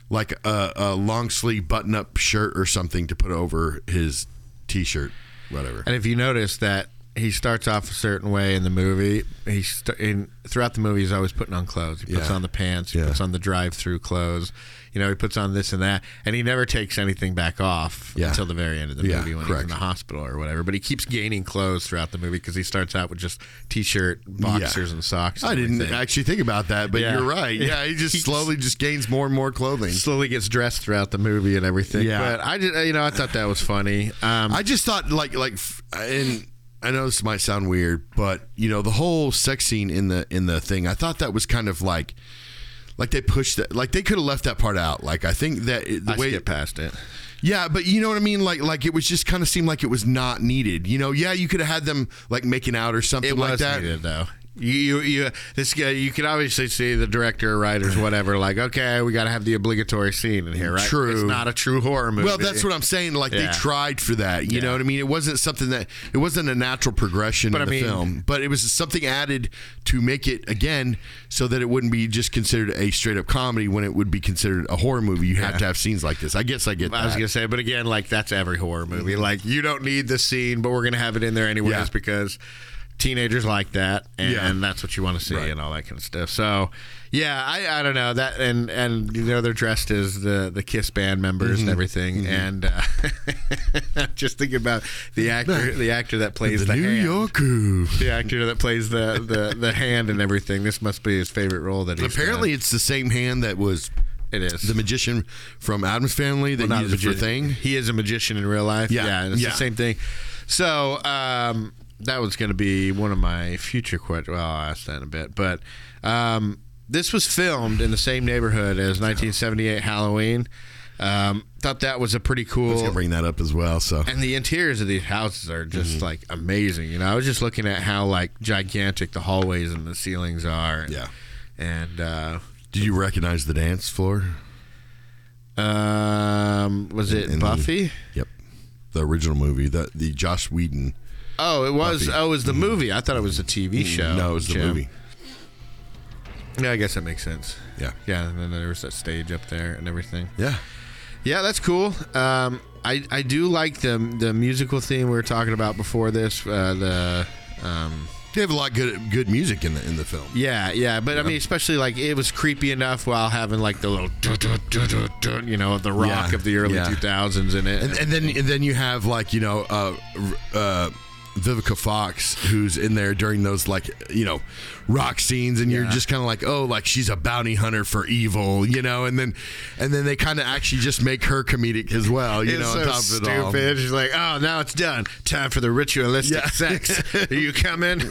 Speaker 3: like a, a long sleeve button up shirt or something to put over his t shirt, whatever.
Speaker 2: And if you notice that he starts off a certain way in the movie. He st- in, throughout the movie he's always putting on clothes. He puts
Speaker 3: Yeah.
Speaker 2: on the pants. He
Speaker 3: Yeah.
Speaker 2: puts on the drive-through clothes. You know, he puts on this and that, and he never takes anything back off
Speaker 3: Yeah.
Speaker 2: until the very end of the
Speaker 3: Yeah,
Speaker 2: movie when he's in
Speaker 3: correct.
Speaker 2: the hospital or whatever. But he keeps gaining clothes throughout the movie because he starts out with just t-shirt, boxers, and socks.
Speaker 3: I
Speaker 2: and
Speaker 3: didn't
Speaker 2: everything.
Speaker 3: actually think about that, but
Speaker 2: Yeah.
Speaker 3: you're right. Yeah, he just slowly just gains more and more clothing.
Speaker 2: slowly gets dressed throughout the movie and everything.
Speaker 3: Yeah.
Speaker 2: But I just, you know, I thought that was funny. Um,
Speaker 3: I just thought like like f- and I know this might sound weird, but you know the whole sex scene in the in the thing. I thought that was kind of like like they pushed that like they could have left that part out. Like I think that it- the
Speaker 2: I
Speaker 3: way
Speaker 2: skipped past it.
Speaker 3: yeah, but you know what I mean. Like like it was just kind of seemed like it was not needed. You know, yeah, you could have had them like making out or something
Speaker 2: It
Speaker 3: like
Speaker 2: was
Speaker 3: that.
Speaker 2: needed though. You, you, you, this guy, you can obviously see the director, writers, whatever. Like, okay, we got to have the obligatory scene in here, right?
Speaker 3: True.
Speaker 2: It's not a true horror movie.
Speaker 3: Well, that's what I'm saying. Like
Speaker 2: Yeah.
Speaker 3: they tried for that. You know what I mean? It wasn't something that it wasn't a natural progression
Speaker 2: But
Speaker 3: in
Speaker 2: I
Speaker 3: the
Speaker 2: mean-
Speaker 3: film, but it was something added to make it again so that it wouldn't be just considered a straight up comedy when it would be considered a horror movie. You have to have scenes like this. I guess I get
Speaker 2: I was
Speaker 3: that.
Speaker 2: gonna say, but again, like that's every horror movie. Like you don't need the scene, but we're gonna have it in there anyways
Speaker 3: Yeah.
Speaker 2: because teenagers like that, and,
Speaker 3: Yeah.
Speaker 2: that's what you want to see
Speaker 3: Right.
Speaker 2: and all that kind of stuff. So, yeah, I, I don't know that, and and you know they're dressed as the the Kiss band members and everything, and uh, just thinking about the actor the actor that plays
Speaker 3: the,
Speaker 2: the,
Speaker 3: New
Speaker 2: hand.
Speaker 3: York crew.
Speaker 2: The actor that plays the, the, the hand and everything. This must be his favorite role that he's
Speaker 3: Apparently, it's the same hand that was
Speaker 2: done. it is
Speaker 3: the magician from Adam's Family that
Speaker 2: Well, not a
Speaker 3: used it for
Speaker 2: magician.
Speaker 3: thing.
Speaker 2: He is a magician in real life.
Speaker 3: Yeah.
Speaker 2: and it's
Speaker 3: Yeah.
Speaker 2: the same thing. So um, that was going to be one of my future questions. Well, I'll ask that in a bit. But um, this was filmed in the same neighborhood as 1978 Halloween. Um, thought that was a pretty
Speaker 3: I was gonna
Speaker 2: cool.
Speaker 3: bring that up as well. So
Speaker 2: And the interiors of these houses are just like amazing. You know, I was just looking at how like gigantic the hallways and the ceilings are. And,
Speaker 3: Yeah.
Speaker 2: And uh,
Speaker 3: do you recognize the dance floor?
Speaker 2: um, was it
Speaker 3: In the-
Speaker 2: Buffy?
Speaker 3: Yep. The original movie, the the Josh Whedon.
Speaker 2: Oh, it was.
Speaker 3: Buffy.
Speaker 2: Oh, it was the movie. I thought Mm, it was a TV show.
Speaker 3: No, it was the
Speaker 2: Jim.
Speaker 3: movie.
Speaker 2: Yeah, I guess that makes sense.
Speaker 3: Yeah.
Speaker 2: Yeah, and then there was that stage up there and everything.
Speaker 3: Yeah.
Speaker 2: Yeah, that's cool. Um, I I do like the the musical theme we were talking about before this. Uh, the um,
Speaker 3: They have a lot of good good music in the in the film.
Speaker 2: yeah, yeah, but I mean, especially like it was creepy enough while having like the little duh, duh, duh, duh, duh, you know the rock
Speaker 3: Yeah,
Speaker 2: of the early
Speaker 3: yeah.
Speaker 2: 2000s in it.
Speaker 3: And, and then and then you have like, you know, uh uh Vivica Fox, who's in there during those like you know rock scenes, and you're just kind of like, oh, like she's a bounty hunter for evil, you know, and then and then they kind of actually just make her comedic as well, you
Speaker 2: It's
Speaker 3: know, on top of
Speaker 2: so
Speaker 3: it all.
Speaker 2: stupid. She's like, oh, now it's done. Time for the ritualistic
Speaker 3: Yeah.
Speaker 2: sex. Are you coming?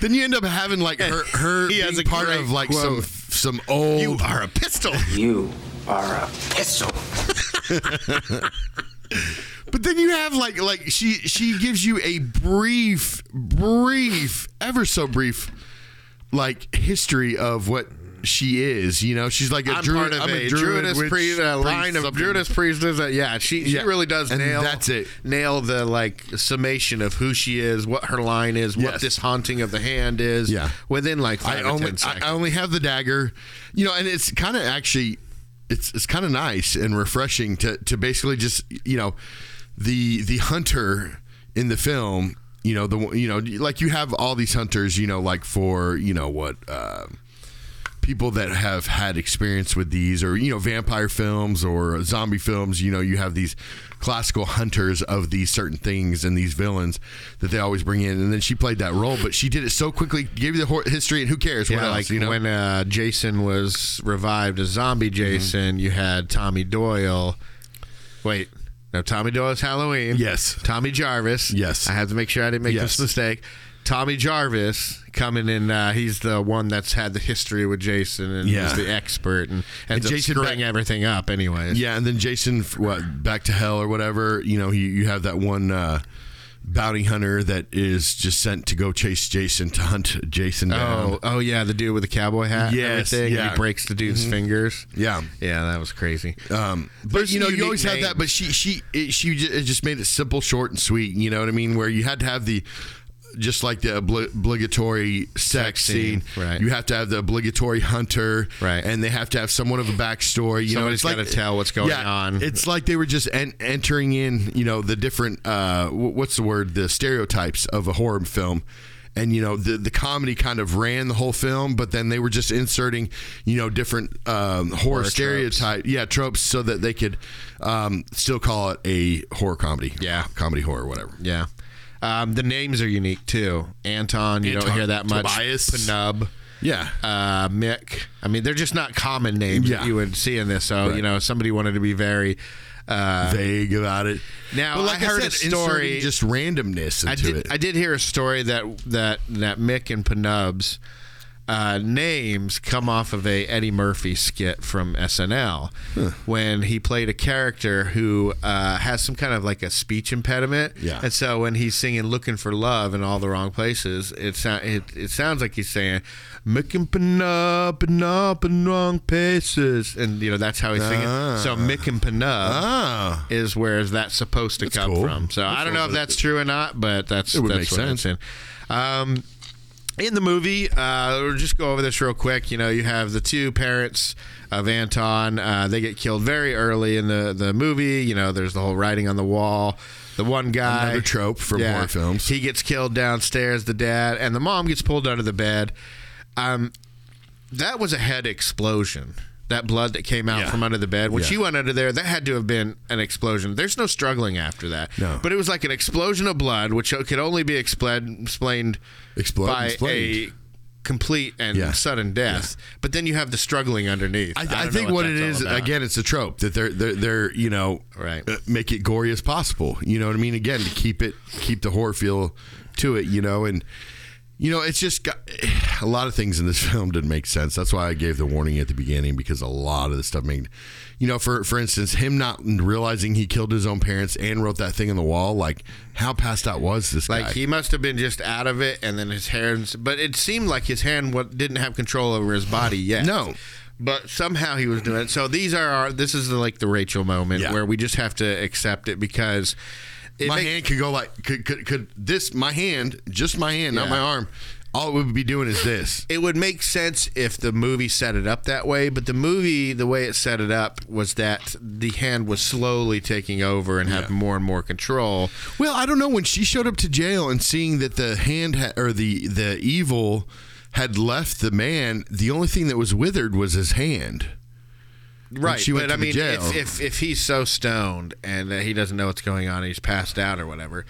Speaker 3: Then you end up having like her her
Speaker 2: He has
Speaker 3: being
Speaker 2: a
Speaker 3: part
Speaker 2: great
Speaker 3: of like
Speaker 2: quote.
Speaker 3: some some old
Speaker 2: you are a pistol.
Speaker 4: You are a
Speaker 3: But then you have like like she she gives you a brief brief ever so brief like history of what she is. You know, she's like a
Speaker 2: I'm
Speaker 3: druid.
Speaker 2: part of
Speaker 3: I'm
Speaker 2: a,
Speaker 3: druid
Speaker 2: Druidist
Speaker 3: witch
Speaker 2: priest, a line of
Speaker 3: something.
Speaker 2: Druidist priestess. That, yeah, she, she
Speaker 3: Yeah.
Speaker 2: really does
Speaker 3: And
Speaker 2: nail
Speaker 3: that's it.
Speaker 2: Nail the like summation of who she is, what her line is, what
Speaker 3: Yes.
Speaker 2: this haunting of the hand is.
Speaker 3: Yeah.
Speaker 2: within like five
Speaker 3: I
Speaker 2: or
Speaker 3: only
Speaker 2: ten
Speaker 3: I,
Speaker 2: seconds.
Speaker 3: I only have the dagger. You know, and it's kind of actually it's it's kind of nice and refreshing to to basically just you know the the hunter in the film. You know the one- you know like you have all these hunters. You know like for you know what. Uh, people that have had experience with these or you know vampire films or zombie films you know you have these classical hunters of these certain things and these villains that they always bring in and then she played that role but she did it so quickly gave you the hor- history and who cares what
Speaker 2: yeah,
Speaker 3: else
Speaker 2: like
Speaker 3: you know
Speaker 2: when uh, Jason was revived as zombie
Speaker 3: Mm-hmm.
Speaker 2: Jason, you had Tommy Doyle. Wait, no, Tommy Doyle's Halloween.
Speaker 3: Yes.
Speaker 2: Tommy Jarvis.
Speaker 3: Yes.
Speaker 2: I had to make sure I didn't make
Speaker 3: Yes.
Speaker 2: this mistake. Tommy Jarvis coming in, uh, he's the one that's had the history with Jason and
Speaker 3: Yeah.
Speaker 2: is the expert and, and,
Speaker 3: And Jason
Speaker 2: Jason screwing
Speaker 3: back-
Speaker 2: everything up, anyways.
Speaker 3: yeah and then jason f- what back to hell or whatever you know you, you have that one uh bounty hunter that is just sent to go chase jason to hunt jason down
Speaker 2: Oh, oh yeah, the dude with the cowboy hat. and
Speaker 3: Yes,
Speaker 2: everything, and
Speaker 3: yeah. Mm-hmm.
Speaker 2: he breaks the dude's fingers.
Speaker 3: yeah
Speaker 2: yeah, that was crazy.
Speaker 3: Um, but
Speaker 2: There's
Speaker 3: you know,
Speaker 2: unique
Speaker 3: you always had that. But she, she, it, she ju- it just made it simple, short, and sweet. You know what I mean? Where you had to have the just like the obli- obligatory sex,
Speaker 2: Sex scene,
Speaker 3: scene,
Speaker 2: right.
Speaker 3: you have to have the obligatory hunter,
Speaker 2: Right.
Speaker 3: and they have to have somewhat of a backstory. You
Speaker 2: Somebody's
Speaker 3: know, it's
Speaker 2: gotta
Speaker 3: like,
Speaker 2: tell what's going
Speaker 3: yeah,
Speaker 2: on.
Speaker 3: It's like they were just en- entering in, you know, the different uh, wh- what's the word, the stereotypes of a horror film. And you know the the comedy kind of ran the whole film, but then they were just inserting, you know, different um, horror,
Speaker 2: Horror tropes.
Speaker 3: stereotype, yeah, tropes, so that they could um, still call it a horror comedy,
Speaker 2: Yeah.
Speaker 3: comedy horror, whatever.
Speaker 2: Yeah. Um, the names are unique too. Anton, you don't
Speaker 3: Anton,
Speaker 2: hear that much.
Speaker 3: Tobias.
Speaker 2: Penub,
Speaker 3: Yeah,
Speaker 2: uh, Mick. I mean, they're just not common names
Speaker 3: Yeah.
Speaker 2: that you would see in this. So you know, somebody wanted to be very. Uh,
Speaker 3: vague about it.
Speaker 2: Now,
Speaker 3: but like
Speaker 2: I
Speaker 3: I,
Speaker 2: heard
Speaker 3: said,
Speaker 2: a story-
Speaker 3: inserting just randomness into
Speaker 2: I did.
Speaker 3: it.
Speaker 2: I did hear a story that that that Mick and Penub's uh, names come off of a Eddie Murphy skit from SNL when he played a character who uh, has some kind of like a speech impediment.
Speaker 3: Yeah.
Speaker 2: And so when he's singing "Looking for Love" in all the wrong places, it sound it, it sounds like he's saying "Mick and Penub, Penub in wrong places," and you know that's how he's singing. So Mick and Penub
Speaker 3: ah,
Speaker 2: is where that's supposed to come
Speaker 3: cool.
Speaker 2: from. So I don't know if that's true or not, but that's
Speaker 3: It would
Speaker 2: that's
Speaker 3: make
Speaker 2: what it's
Speaker 3: sense.
Speaker 2: in. Um, in the movie, uh, we'll just go over this real quick. You know, you have the two parents of Anton. Uh, they get killed very early in the, the movie. You know, there's the whole writing on the wall. The one guy,
Speaker 3: Another trope from horror films.
Speaker 2: He gets killed downstairs. The dad and the mom gets pulled out of the bed. Um, that was a head explosion. That blood that came out
Speaker 3: Yeah.
Speaker 2: from under the bed. When
Speaker 3: Yeah.
Speaker 2: she went under there, that had to have been an explosion. There's no struggling after that.
Speaker 3: No.
Speaker 2: But it was like an explosion of blood, which could only be expla- explained,
Speaker 3: Explo-
Speaker 2: by a
Speaker 3: explained.
Speaker 2: complete and
Speaker 3: Yeah.
Speaker 2: sudden death. But then you have the struggling underneath.
Speaker 3: I,
Speaker 2: don't
Speaker 3: I,
Speaker 2: know
Speaker 3: think what it
Speaker 2: that's
Speaker 3: is
Speaker 2: all about.
Speaker 3: again, it's a trope that they're they're, they're you know
Speaker 2: Right.
Speaker 3: uh, make it gory as possible. You know what I mean? Again, to keep it keep the horror feel to it. You know, and you know it's just got, a lot of things in this film didn't make sense. That's why I gave the warning at the beginning because a lot of the stuff made. You know, for for instance, him not realizing he killed his own parents and wrote that thing on the wall. Like, how passed out was this guy?
Speaker 2: Like he must have been just out of it, and then his hands. But it seemed like his hand what didn't have control over his body yet.
Speaker 3: No.
Speaker 2: But somehow he was doing it. So these are our. This is the, like the Rachel moment
Speaker 3: Yeah.
Speaker 2: where we just have to accept it because it
Speaker 3: my
Speaker 2: make-
Speaker 3: hand could go like could, could could this my hand just my hand not
Speaker 2: Yeah.
Speaker 3: my arm all it would be doing is this
Speaker 2: it would make sense if the movie set it up that way, but the movie, the way it set it up, was that the hand was slowly taking over and having more and more control.
Speaker 3: well i don't know when she showed up to jail and seeing that the hand ha- or the the evil had left the man the only thing that was withered was his hand
Speaker 2: Right,
Speaker 3: she went
Speaker 2: but I
Speaker 3: to the
Speaker 2: mean,
Speaker 3: jail.
Speaker 2: if, if if he's so stoned and uh, he doesn't know what's going on, he's passed out or whatever,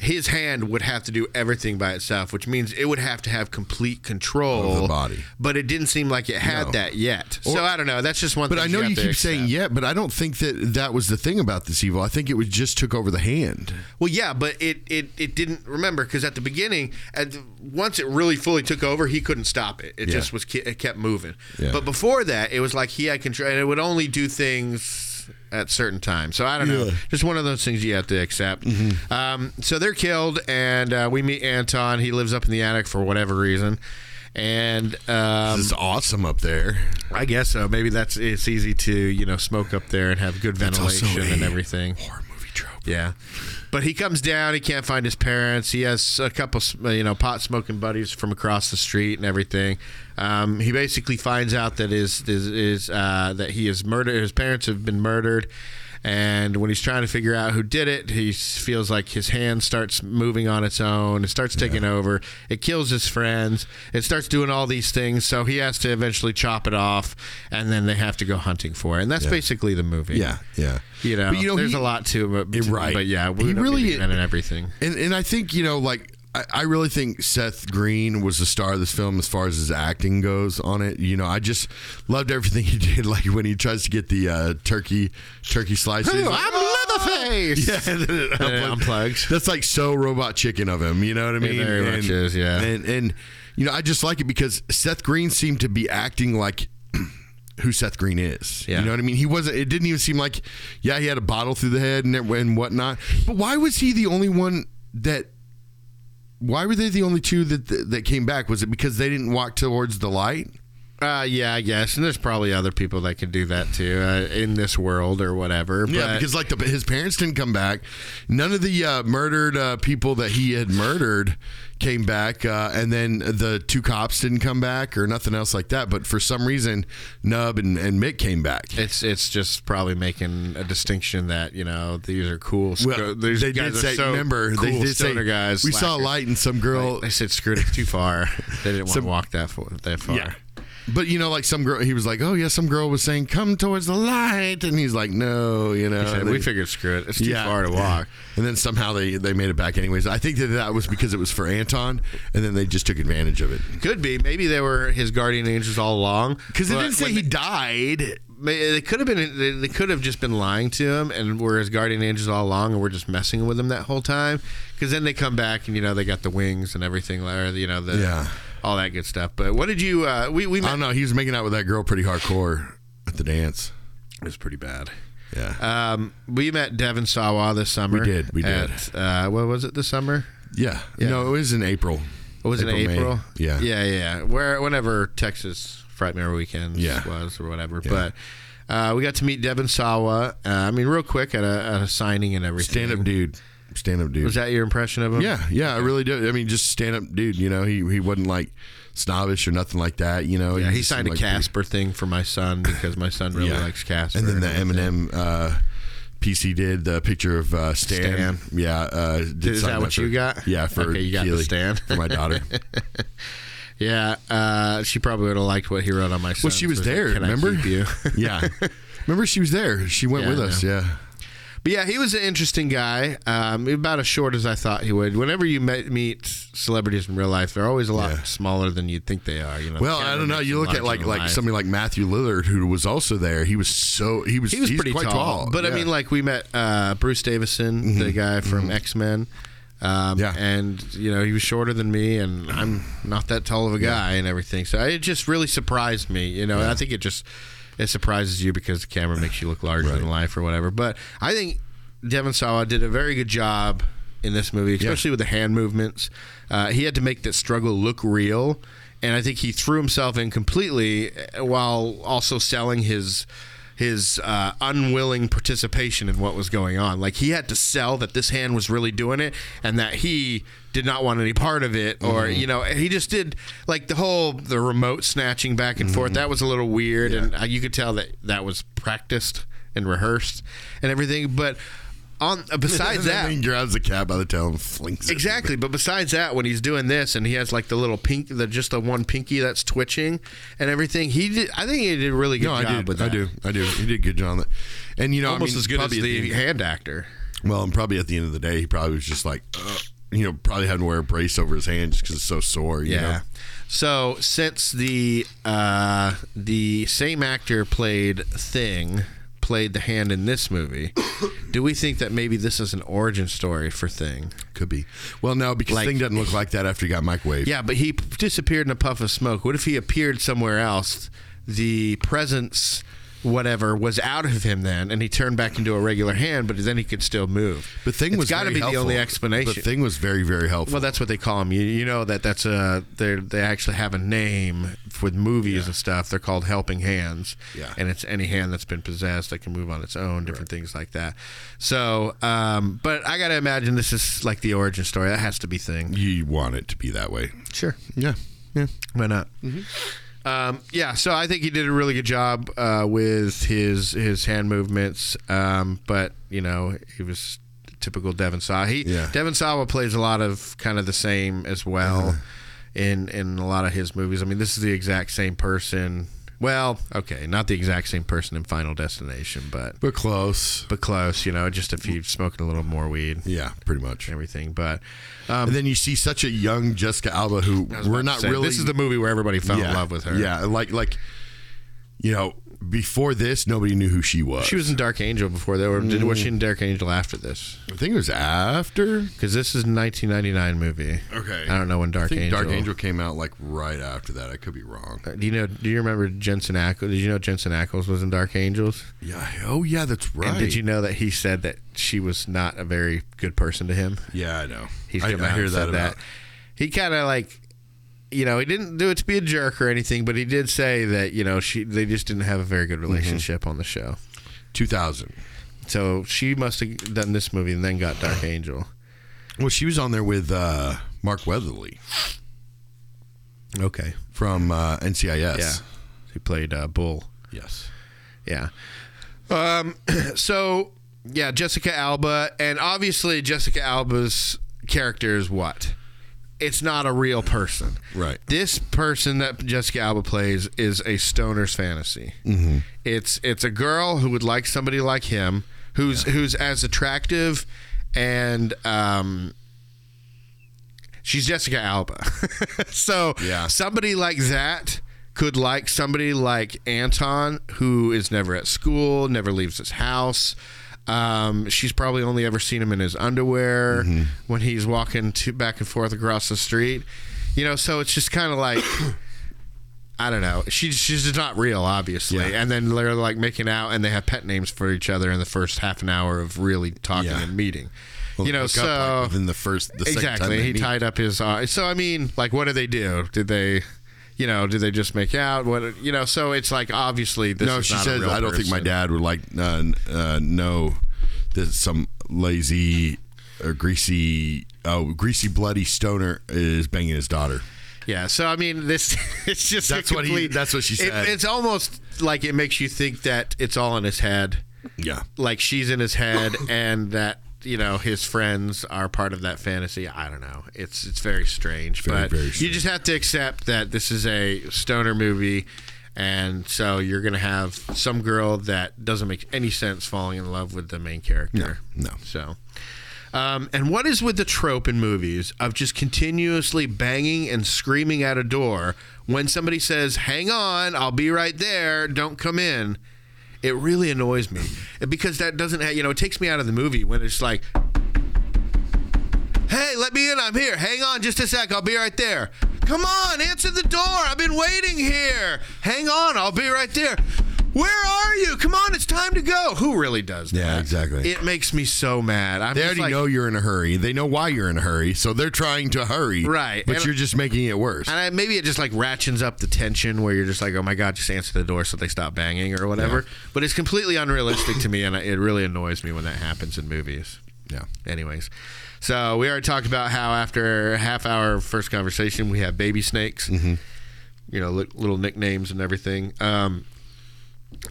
Speaker 2: his hand would have to do everything by itself, which means it would have to have complete control
Speaker 3: Of the body.
Speaker 2: But it didn't seem like it had
Speaker 3: No.
Speaker 2: that yet.
Speaker 3: Or-
Speaker 2: so I don't know. That's just one.
Speaker 3: but
Speaker 2: thing
Speaker 3: i know
Speaker 2: have
Speaker 3: you
Speaker 2: to
Speaker 3: keep saying
Speaker 2: accept.
Speaker 3: yeah but i don't think that that was the thing about this evil i think it was just took over the hand
Speaker 2: Well, yeah, but it it, it didn't remember because at the beginning, at the, once it really fully took over, he couldn't stop it. It
Speaker 3: Yeah.
Speaker 2: just was ke- it kept moving.
Speaker 3: Yeah.
Speaker 2: But before that, it was like he had control, and it would only do things at certain times. So I don't know, just one of those things you have to accept.
Speaker 3: Mm-hmm.
Speaker 2: Um, so they're killed, and uh, we meet Anton. He lives up in the attic for whatever reason. And um,
Speaker 3: this is awesome up there
Speaker 2: I guess so. Maybe that's it's easy to you know smoke up there and have good
Speaker 3: also
Speaker 2: ventilation and
Speaker 3: a
Speaker 2: everything.
Speaker 3: horror movie trope
Speaker 2: Yeah, but he comes down. He can't find his parents. He has a couple, you know, pot smoking buddies from across the street and everything. Um, he basically finds out that his is is uh, that he is murdered. His parents have been murdered, and when he's trying to figure out who did it, he s- feels like his hand starts moving on its own. It starts taking over. It kills his friends. It starts doing all these things. So he has to eventually chop it off, and then they have to go hunting for it. And that's basically the movie.
Speaker 3: yeah yeah
Speaker 2: You know,
Speaker 3: But, you know,
Speaker 2: there's
Speaker 3: he-
Speaker 2: a lot to it, but-
Speaker 3: right.
Speaker 2: But yeah, we
Speaker 3: He
Speaker 2: don't
Speaker 3: really-
Speaker 2: need to get in everything.
Speaker 3: And and I think you know, like I, I really think Seth Green was the star of this film as far as his acting goes on it. You know, I just loved everything he did. Like when he tries to get the uh, turkey turkey slices.
Speaker 2: Leatherface.
Speaker 3: yeah, and then it
Speaker 2: it unplugs.
Speaker 3: That's like so robot chicken of him. You know what I mean?
Speaker 2: very much is, yeah.
Speaker 3: And and you know, I just like it because Seth Green seemed to be acting like who Seth Green is.
Speaker 2: Yeah.
Speaker 3: You know what I mean? He wasn't. It didn't even seem like. Yeah, he had a bottle through the head and it- and whatnot. But why was he the only one that? Why were they the only two that that, that came back? Was it because they didn't walk towards the light?
Speaker 2: Uh, yeah, I guess, and there's probably other people that could do that too uh, in this world or whatever. But,
Speaker 3: Yeah, because like the, his parents didn't come back. None of the uh, murdered uh, people that he had murdered came back, uh, and then the two cops didn't come back or nothing else like that. But for some reason, Nub and, and Mick came back.
Speaker 2: it's it's just probably making a distinction that you know these are cool. sc-
Speaker 3: Well,
Speaker 2: these
Speaker 3: they
Speaker 2: guys
Speaker 3: did
Speaker 2: are
Speaker 3: say,
Speaker 2: so
Speaker 3: remember,
Speaker 2: cool
Speaker 3: they did say,
Speaker 2: stoner guys.
Speaker 3: we saw a
Speaker 2: slackers."
Speaker 3: light and some girl.
Speaker 2: They said screwed it too far. They didn't want to walk that far. That far.
Speaker 3: yeah. But you know, like some girl, he was like, "Oh yeah," some girl was saying, "Come towards the light," and he's like, "No," you know.
Speaker 2: Said,
Speaker 3: and
Speaker 2: we
Speaker 3: they-
Speaker 2: figured screw it. It's too far to walk.
Speaker 3: And then somehow they, they made it back anyways. I think that that was because it was for Anton, and then they just took advantage of it.
Speaker 2: Could be. Maybe they were his guardian angels all along.
Speaker 3: Because they
Speaker 2: but
Speaker 3: didn't say
Speaker 2: when
Speaker 3: he
Speaker 2: they-
Speaker 3: died.
Speaker 2: May- They could have been. They, they could have just been lying to him, and we're his guardian angels all along, and we're just messing with him that whole time. Because then they come back, and you know they got the wings and everything, or you know the
Speaker 3: Yeah.
Speaker 2: all that good stuff. But what did you? Uh, we we
Speaker 3: I don't know. He was making out with that girl pretty hardcore at the dance.
Speaker 2: it was pretty bad.
Speaker 3: Yeah.
Speaker 2: Um, we met Devin Sawa this summer.
Speaker 3: We did, we did.
Speaker 2: At, uh, what was it this summer?
Speaker 3: yeah. No, it was in April.
Speaker 2: What was it
Speaker 3: May.
Speaker 2: April?
Speaker 3: Yeah.
Speaker 2: yeah, yeah. Where whenever Texas Frightmare Weekend
Speaker 3: Yeah.
Speaker 2: was or whatever, but uh, we got to meet Devin Sawa. Uh, I mean, real quick at a, at a signing and everything.
Speaker 3: Stand up dude. Stand up dude.
Speaker 2: Was that your impression of him?
Speaker 3: yeah, yeah, I really do. I mean, just stand up dude, you know, he he wasn't like snobbish or nothing like that, you know.
Speaker 2: Yeah, he
Speaker 3: just
Speaker 2: signed a
Speaker 3: seemed like
Speaker 2: Casper thing for my son because my son really
Speaker 3: Yeah.
Speaker 2: likes Casper.
Speaker 3: And then the Eminem uh, piece he did, the picture of uh,
Speaker 2: Stan.
Speaker 3: Stan. Yeah. Uh, did
Speaker 2: Is
Speaker 3: sign
Speaker 2: that what
Speaker 3: for-
Speaker 2: you got?
Speaker 3: Yeah, for
Speaker 2: Okay, you got the
Speaker 3: Keely,
Speaker 2: Stan.
Speaker 3: for my daughter.
Speaker 2: Yeah, uh, she probably would have liked what he wrote on my son.
Speaker 3: well, she was there,
Speaker 2: Can
Speaker 3: remember?
Speaker 2: I keep you?
Speaker 3: yeah. Remember, she was there. She went
Speaker 2: Yeah,
Speaker 3: with
Speaker 2: I
Speaker 3: us,
Speaker 2: know.
Speaker 3: yeah.
Speaker 2: But yeah, he was an interesting guy. Um, about as short as I thought he would. Whenever you met, meet celebrities in real life, they're always a lot
Speaker 3: Yeah.
Speaker 2: smaller than you'd think they are. You know.
Speaker 3: Well,
Speaker 2: Camera
Speaker 3: I don't know.
Speaker 2: makes
Speaker 3: You
Speaker 2: them
Speaker 3: look at
Speaker 2: larger
Speaker 3: like
Speaker 2: than
Speaker 3: like
Speaker 2: life.
Speaker 3: somebody like Matthew Lillard, who was also there. He was so he was
Speaker 2: He was
Speaker 3: he's
Speaker 2: pretty
Speaker 3: quite
Speaker 2: tall, but I
Speaker 3: Yeah. Mm-hmm.
Speaker 2: mean, like we met uh, Bruce Davison, the guy from X Men. Um,
Speaker 3: Yeah.
Speaker 2: and you know he was shorter than me, and I'm not that tall of a guy, and everything. So it just really surprised me. You know, and I think it just it surprises you because the camera makes you look larger than life or whatever. But I think Devin Sawa did a very good job in this movie, especially with the hand movements. Uh, he had to make that struggle look real, and I think he threw himself in completely uh, while also selling his his uh, unwilling participation in what was going on. Like he had to sell that this hand was really doing it and that he did not want any part of it, or
Speaker 3: Mm-hmm.
Speaker 2: you know, he just did like the whole the remote snatching back and
Speaker 3: Mm-hmm.
Speaker 2: forth. That was a little weird, and uh, you could tell that that was practiced and rehearsed and everything. But on uh, besides
Speaker 3: And then
Speaker 2: that.
Speaker 3: he grabs the cat by the tail and flings it.
Speaker 2: Exactly, but besides that, when he's doing this and he has like the little pink, the just the one pinky that's twitching and everything, he did. I think he did a really good
Speaker 3: No, I
Speaker 2: job
Speaker 3: did.
Speaker 2: with that.
Speaker 3: I do. I do. He did good, John. And you know,
Speaker 2: almost
Speaker 3: I mean,
Speaker 2: as good as
Speaker 3: probably
Speaker 2: the,
Speaker 3: at end-
Speaker 2: hand actor.
Speaker 3: Well, and probably at the end of the day, he probably was just like, "Ugh," you know, probably had to wear a brace over his hand just because it's so sore. You Know?
Speaker 2: So since the uh, the same actor played Thing played the hand in this movie, do we think that maybe this is an origin story for Thing?
Speaker 3: Could be. Well, no, because
Speaker 2: Like-
Speaker 3: thing doesn't look like that after he got microwaved.
Speaker 2: Yeah, but he p- disappeared in a puff of smoke. What if he appeared somewhere else? The presence, whatever, was out of him then, and he turned back into a regular hand, but then he could still move.
Speaker 3: But thing
Speaker 2: It's
Speaker 3: was
Speaker 2: gotta
Speaker 3: very
Speaker 2: be the
Speaker 3: helpful.
Speaker 2: only explanation.
Speaker 3: But thing was very very helpful.
Speaker 2: Well, that's what they call them. You, you know that that's a they they actually have a name with movies and stuff. They're called helping hands.
Speaker 3: Yeah.
Speaker 2: and it's any hand that's been possessed that can move on its own, different things like that. So, um, but I gotta imagine this is like the origin story. That has to be thing.
Speaker 3: you want it to be that way.
Speaker 2: Sure,
Speaker 3: Yeah. Yeah.
Speaker 2: why not? Um, yeah, so I think he did a really good job uh, with his his hand movements, um, but you know he was typical Devin Sawa. He
Speaker 3: Yeah.
Speaker 2: Devin Sawa plays a lot of kind of the same as well in in a lot of his movies. I mean, this is the exact same person. Well, okay, not the exact same person in Final Destination, but
Speaker 3: But close.
Speaker 2: but close. You know, just if you smoking a little more weed and
Speaker 3: Yeah, pretty much.
Speaker 2: everything. But
Speaker 3: and then you see such a young Jessica Alba who we're not
Speaker 2: Say,
Speaker 3: really.
Speaker 2: This is the movie where everybody fell in love with her.
Speaker 3: Yeah, like like, you know, before this, nobody knew who she was.
Speaker 2: She was in Dark Angel before that, or did, was she in Dark Angel after this?
Speaker 3: I think it was after.
Speaker 2: Because this is a 1999 movie.
Speaker 3: Okay.
Speaker 2: I don't know when Dark
Speaker 3: I think
Speaker 2: Angel. Uh,
Speaker 3: Dark Angel came out like right after that. I could be wrong.
Speaker 2: Do you know? Do you remember Jensen Ackles? Did you know Jensen Ackles was in Dark Angels?
Speaker 3: Yeah. Oh yeah, that's right.
Speaker 2: And did you know that he said that she was not a very good person to him?
Speaker 3: Yeah, I know.
Speaker 2: He's
Speaker 3: I,
Speaker 2: come
Speaker 3: I
Speaker 2: out
Speaker 3: hear
Speaker 2: and
Speaker 3: that
Speaker 2: said
Speaker 3: about.
Speaker 2: He kind of like you know, he didn't do it to be a jerk or anything, but he did say that you know she they just didn't have a very
Speaker 3: Mm-hmm.
Speaker 2: good relationship on the show.
Speaker 3: 2000.
Speaker 2: So she must have done this movie and then got Dark Angel.
Speaker 3: Well, she was on there with uh, Mark Weatherly
Speaker 2: Okay.
Speaker 3: from uh, NCIS.
Speaker 2: Yeah. He played uh, Bull.
Speaker 3: Yes.
Speaker 2: Yeah. Um, so yeah, Jessica Alba, and obviously Jessica Alba's character is what? It's not a real person,
Speaker 3: Right.
Speaker 2: This person that Jessica Alba plays is a stoner's fantasy. Mm-hmm. It's it's a girl who would like somebody like him, who's who's as attractive, and um, she's Jessica Alba. so
Speaker 3: Yeah.
Speaker 2: somebody like that could like somebody like Anton, who is never at school, never leaves his house. Um, she's probably only ever seen him in his underwear
Speaker 3: Mm-hmm.
Speaker 2: when he's walking to back and forth across the street. You know, so it's just kind of like. I don't know. She's she's just not real, obviously.
Speaker 3: Yeah.
Speaker 2: And then they're like making out, and they have pet names for each other in the first half an hour of really talking
Speaker 3: Yeah.
Speaker 2: and meeting.
Speaker 3: Well,
Speaker 2: you
Speaker 3: they
Speaker 2: know,
Speaker 3: hook up,
Speaker 2: so
Speaker 3: like, within the first, the second time
Speaker 2: exactly
Speaker 3: they
Speaker 2: he
Speaker 3: meet.
Speaker 2: tied up his uh, so i mean like what do they do did they you know did they just make out what you know so it's like obviously this
Speaker 3: No,
Speaker 2: is
Speaker 3: she
Speaker 2: not a
Speaker 3: said
Speaker 2: real
Speaker 3: I don't think my
Speaker 2: person."
Speaker 3: dad would like uh, n- uh, know that some lazy or greasy, oh, greasy bloody stoner is banging his daughter.
Speaker 2: yeah so i mean this it's just a
Speaker 3: That's what he-
Speaker 2: complete-
Speaker 3: that's what she
Speaker 2: it-
Speaker 3: said.
Speaker 2: it's almost like it makes you think that it's all in his head
Speaker 3: Yeah.
Speaker 2: like she's in his head and that you know his friends are part of that fantasy i don't know it's it's very strange
Speaker 3: Very,
Speaker 2: but
Speaker 3: very
Speaker 2: you
Speaker 3: strange.
Speaker 2: just have to accept that this is a stoner movie and so you're gonna have some girl that doesn't make any sense falling in love with the main character
Speaker 3: No, no.
Speaker 2: so um, and what is with the trope in movies of just continuously banging and screaming at a door when somebody says, "Hang on, I'll be right there. Don't come in." It really annoys me because that doesn't, ha- you know, it takes me out of the movie when it's like, "Hey, let me in. I'm here. Hang on, just a sec. I'll be right there." Come on, answer the door. I've been waiting here. Hang on, I'll be right there. Where are you? Come on, it's time to go. Who really does that?
Speaker 3: Yeah, exactly.
Speaker 2: It makes me so mad. I'm
Speaker 3: They
Speaker 2: just
Speaker 3: already
Speaker 2: like-
Speaker 3: know you're in a hurry. They know why you're in a hurry, so they're trying to hurry.
Speaker 2: Right.
Speaker 3: But
Speaker 2: And-
Speaker 3: you're just making it worse.
Speaker 2: and I, maybe it just like ratchets up the tension where you're just like, oh my god, just answer the door so they stop banging or whatever. But it's completely unrealistic to me, and I- it really annoys me when that happens in movies.
Speaker 3: Yeah.
Speaker 2: Anyways, so we already talked about how after a half hour first conversation we have baby snakes, you know, li- little nicknames and everything. Um,